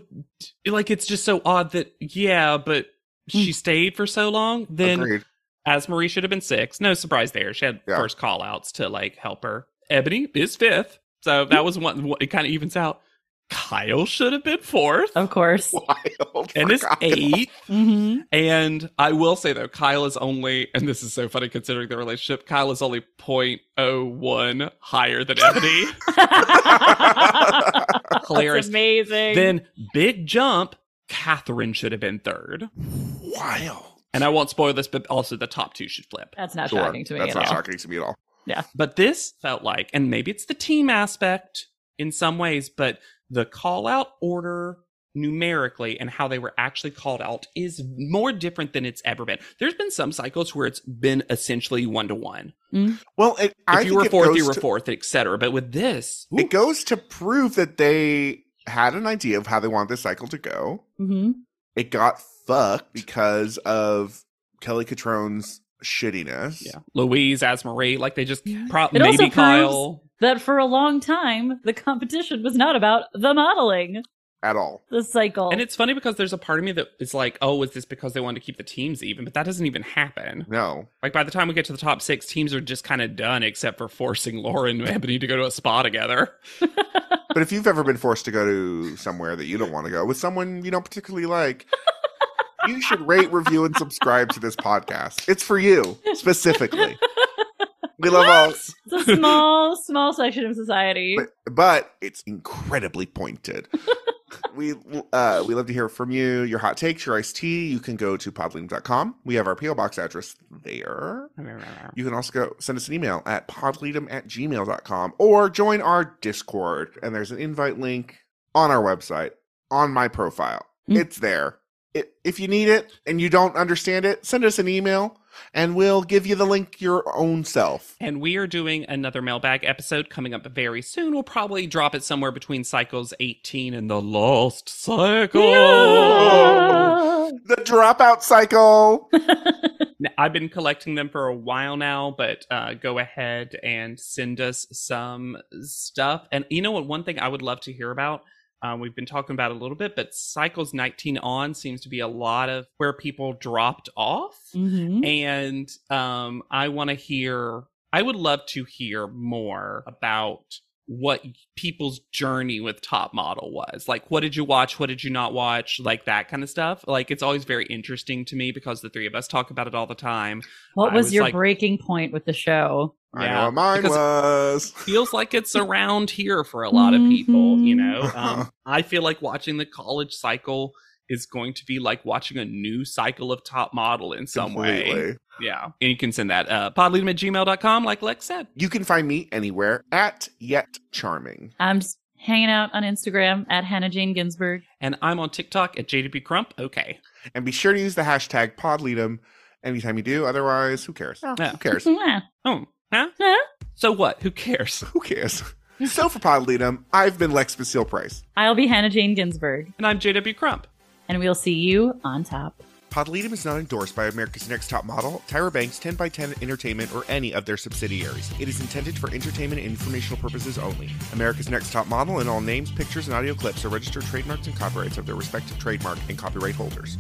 Speaker 2: d- like, it's just so odd that, yeah, but she stayed for so long. Then
Speaker 1: Hmm. Agreed.
Speaker 2: As Marie should have been six. No surprise there. She had
Speaker 1: Yeah.
Speaker 2: first call outs to like help her. Ebony is fifth. So
Speaker 1: Hmm.
Speaker 2: that was one, one- it kind of evens out. Kyle should have been fourth
Speaker 1: Oh,
Speaker 3: Of course.
Speaker 1: Wild.
Speaker 2: and is
Speaker 1: Forgot.
Speaker 2: eighth.
Speaker 3: Mm-hmm.
Speaker 2: And I will say though, Kyle is only, and this is so funny considering the relationship, Kyle is only 0.01 higher than Ebony.
Speaker 3: That's
Speaker 2: Hilarious.
Speaker 3: amazing.
Speaker 2: Then big jump, Catherine should have been third.
Speaker 1: Wild.
Speaker 2: And I won't spoil this, but also the top two should flip.
Speaker 3: That's not
Speaker 1: Sure.
Speaker 3: shocking to me
Speaker 1: That's
Speaker 3: at
Speaker 1: not
Speaker 3: all.
Speaker 1: shocking to me at all.
Speaker 2: But this felt like, and maybe it's the team aspect in some ways, but the call out order numerically and how they were actually called out is more different than it's ever been. There's been some cycles where it's been essentially one to one.
Speaker 1: Well, it, I
Speaker 2: If you
Speaker 1: think
Speaker 2: were
Speaker 1: it
Speaker 2: fourth,
Speaker 1: goes
Speaker 2: you were
Speaker 1: to-
Speaker 2: fourth, et cetera. But with this, ooh,
Speaker 1: It goes to prove that they had an idea of how they want this cycle to go.
Speaker 3: Mm-hmm.
Speaker 1: It got fucked because of Kelly Catrone's shittiness.
Speaker 2: yeah, Louise, Asmarie, like they just
Speaker 3: Yeah.
Speaker 2: pro-
Speaker 3: It also
Speaker 2: maybe
Speaker 3: proves-
Speaker 2: Kyle.
Speaker 3: That for a long time, the competition was not about the modeling,
Speaker 1: At all.
Speaker 3: the cycle.
Speaker 2: And it's funny because there's a part of me that is like, oh, is this because they wanted to keep the teams even? But that doesn't even happen.
Speaker 1: No.
Speaker 2: Like by the time we get to the top six, teams are just kind of done, except for forcing Laura and Ebony to go to a spa together.
Speaker 1: But if you've ever been forced to go to somewhere that you don't want to go with someone you don't particularly like, you should rate, review, and subscribe to this podcast. It's for you specifically. We love all,
Speaker 3: it's a small, small section of society.
Speaker 1: but, but it's incredibly pointed. we uh, we love to hear from you. Your hot takes, your iced tea. You can go to podleadum.com. We have our PO box address there. You can also go send us an email at podleadum at gmail.com or join our Discord. And there's an invite link on our website, on my profile.
Speaker 2: Hmm.
Speaker 3: Mm.
Speaker 1: It's there. I if you need it and you don't understand it, send us an email and we'll give you the link your own self.
Speaker 2: And we are doing another mailbag episode coming up very soon. We'll probably drop it somewhere between cycles 18 and the lost cycle.
Speaker 1: Yeah. The dropout cycle.
Speaker 2: Now, I've been collecting them for a while now, but uh, go ahead and send us some stuff. And you know what? One thing I would love to hear about. Um, we've been talking about it a little bit, but cycles 19 on seems to be a lot of where people dropped off. Mm-hmm.
Speaker 3: Mhm.
Speaker 2: And um, I want to hear, I would love to hear more about what people's journey with Top Model was. Like, what did you watch? What did you not watch? Like, that kind of stuff. Like, it's always very interesting to me because the three of us talk about it all the time.
Speaker 3: What
Speaker 2: I
Speaker 3: was,
Speaker 2: was
Speaker 3: your
Speaker 2: like-
Speaker 3: breaking point with the show?
Speaker 1: I know
Speaker 2: Yeah,
Speaker 1: what mine
Speaker 2: because-
Speaker 1: was.
Speaker 2: Feels like it's around here for a lot of people, you know? Um, I feel like watching the college cycle is going to be like watching a new cycle of Top Model in some way.
Speaker 1: Completely.
Speaker 2: Yeah. And you can send that uh, podleadem at gmail.com, like Lex said.
Speaker 1: You can find me anywhere at yet charming.
Speaker 3: I'm just hanging out on Instagram at Hannah Jane Ginsburg.
Speaker 2: And I'm on TikTok at JDB Crump. Okay.
Speaker 1: And be sure to use the hashtag podleadum anytime you do. Otherwise, who cares?
Speaker 2: Yeah.
Speaker 1: Who cares?
Speaker 3: Mwah.
Speaker 2: Oh, huh?
Speaker 3: Huh?
Speaker 2: So what? Who cares?
Speaker 1: Who cares? so for Podleadum, I've been Lex Basile Price.
Speaker 3: I'll be Hannah Jane Ginsburg,
Speaker 2: And I'm JW Crump.
Speaker 3: and we'll see you on top.
Speaker 1: Podleadum is not endorsed by America's Next Top Model, Tyra Banks, 10x10 Entertainment, or any of their subsidiaries. It is intended for entertainment and informational purposes only. America's Next Top Model and all names, pictures, and audio clips are registered trademarks and copyrights of their respective trademark and copyright holders.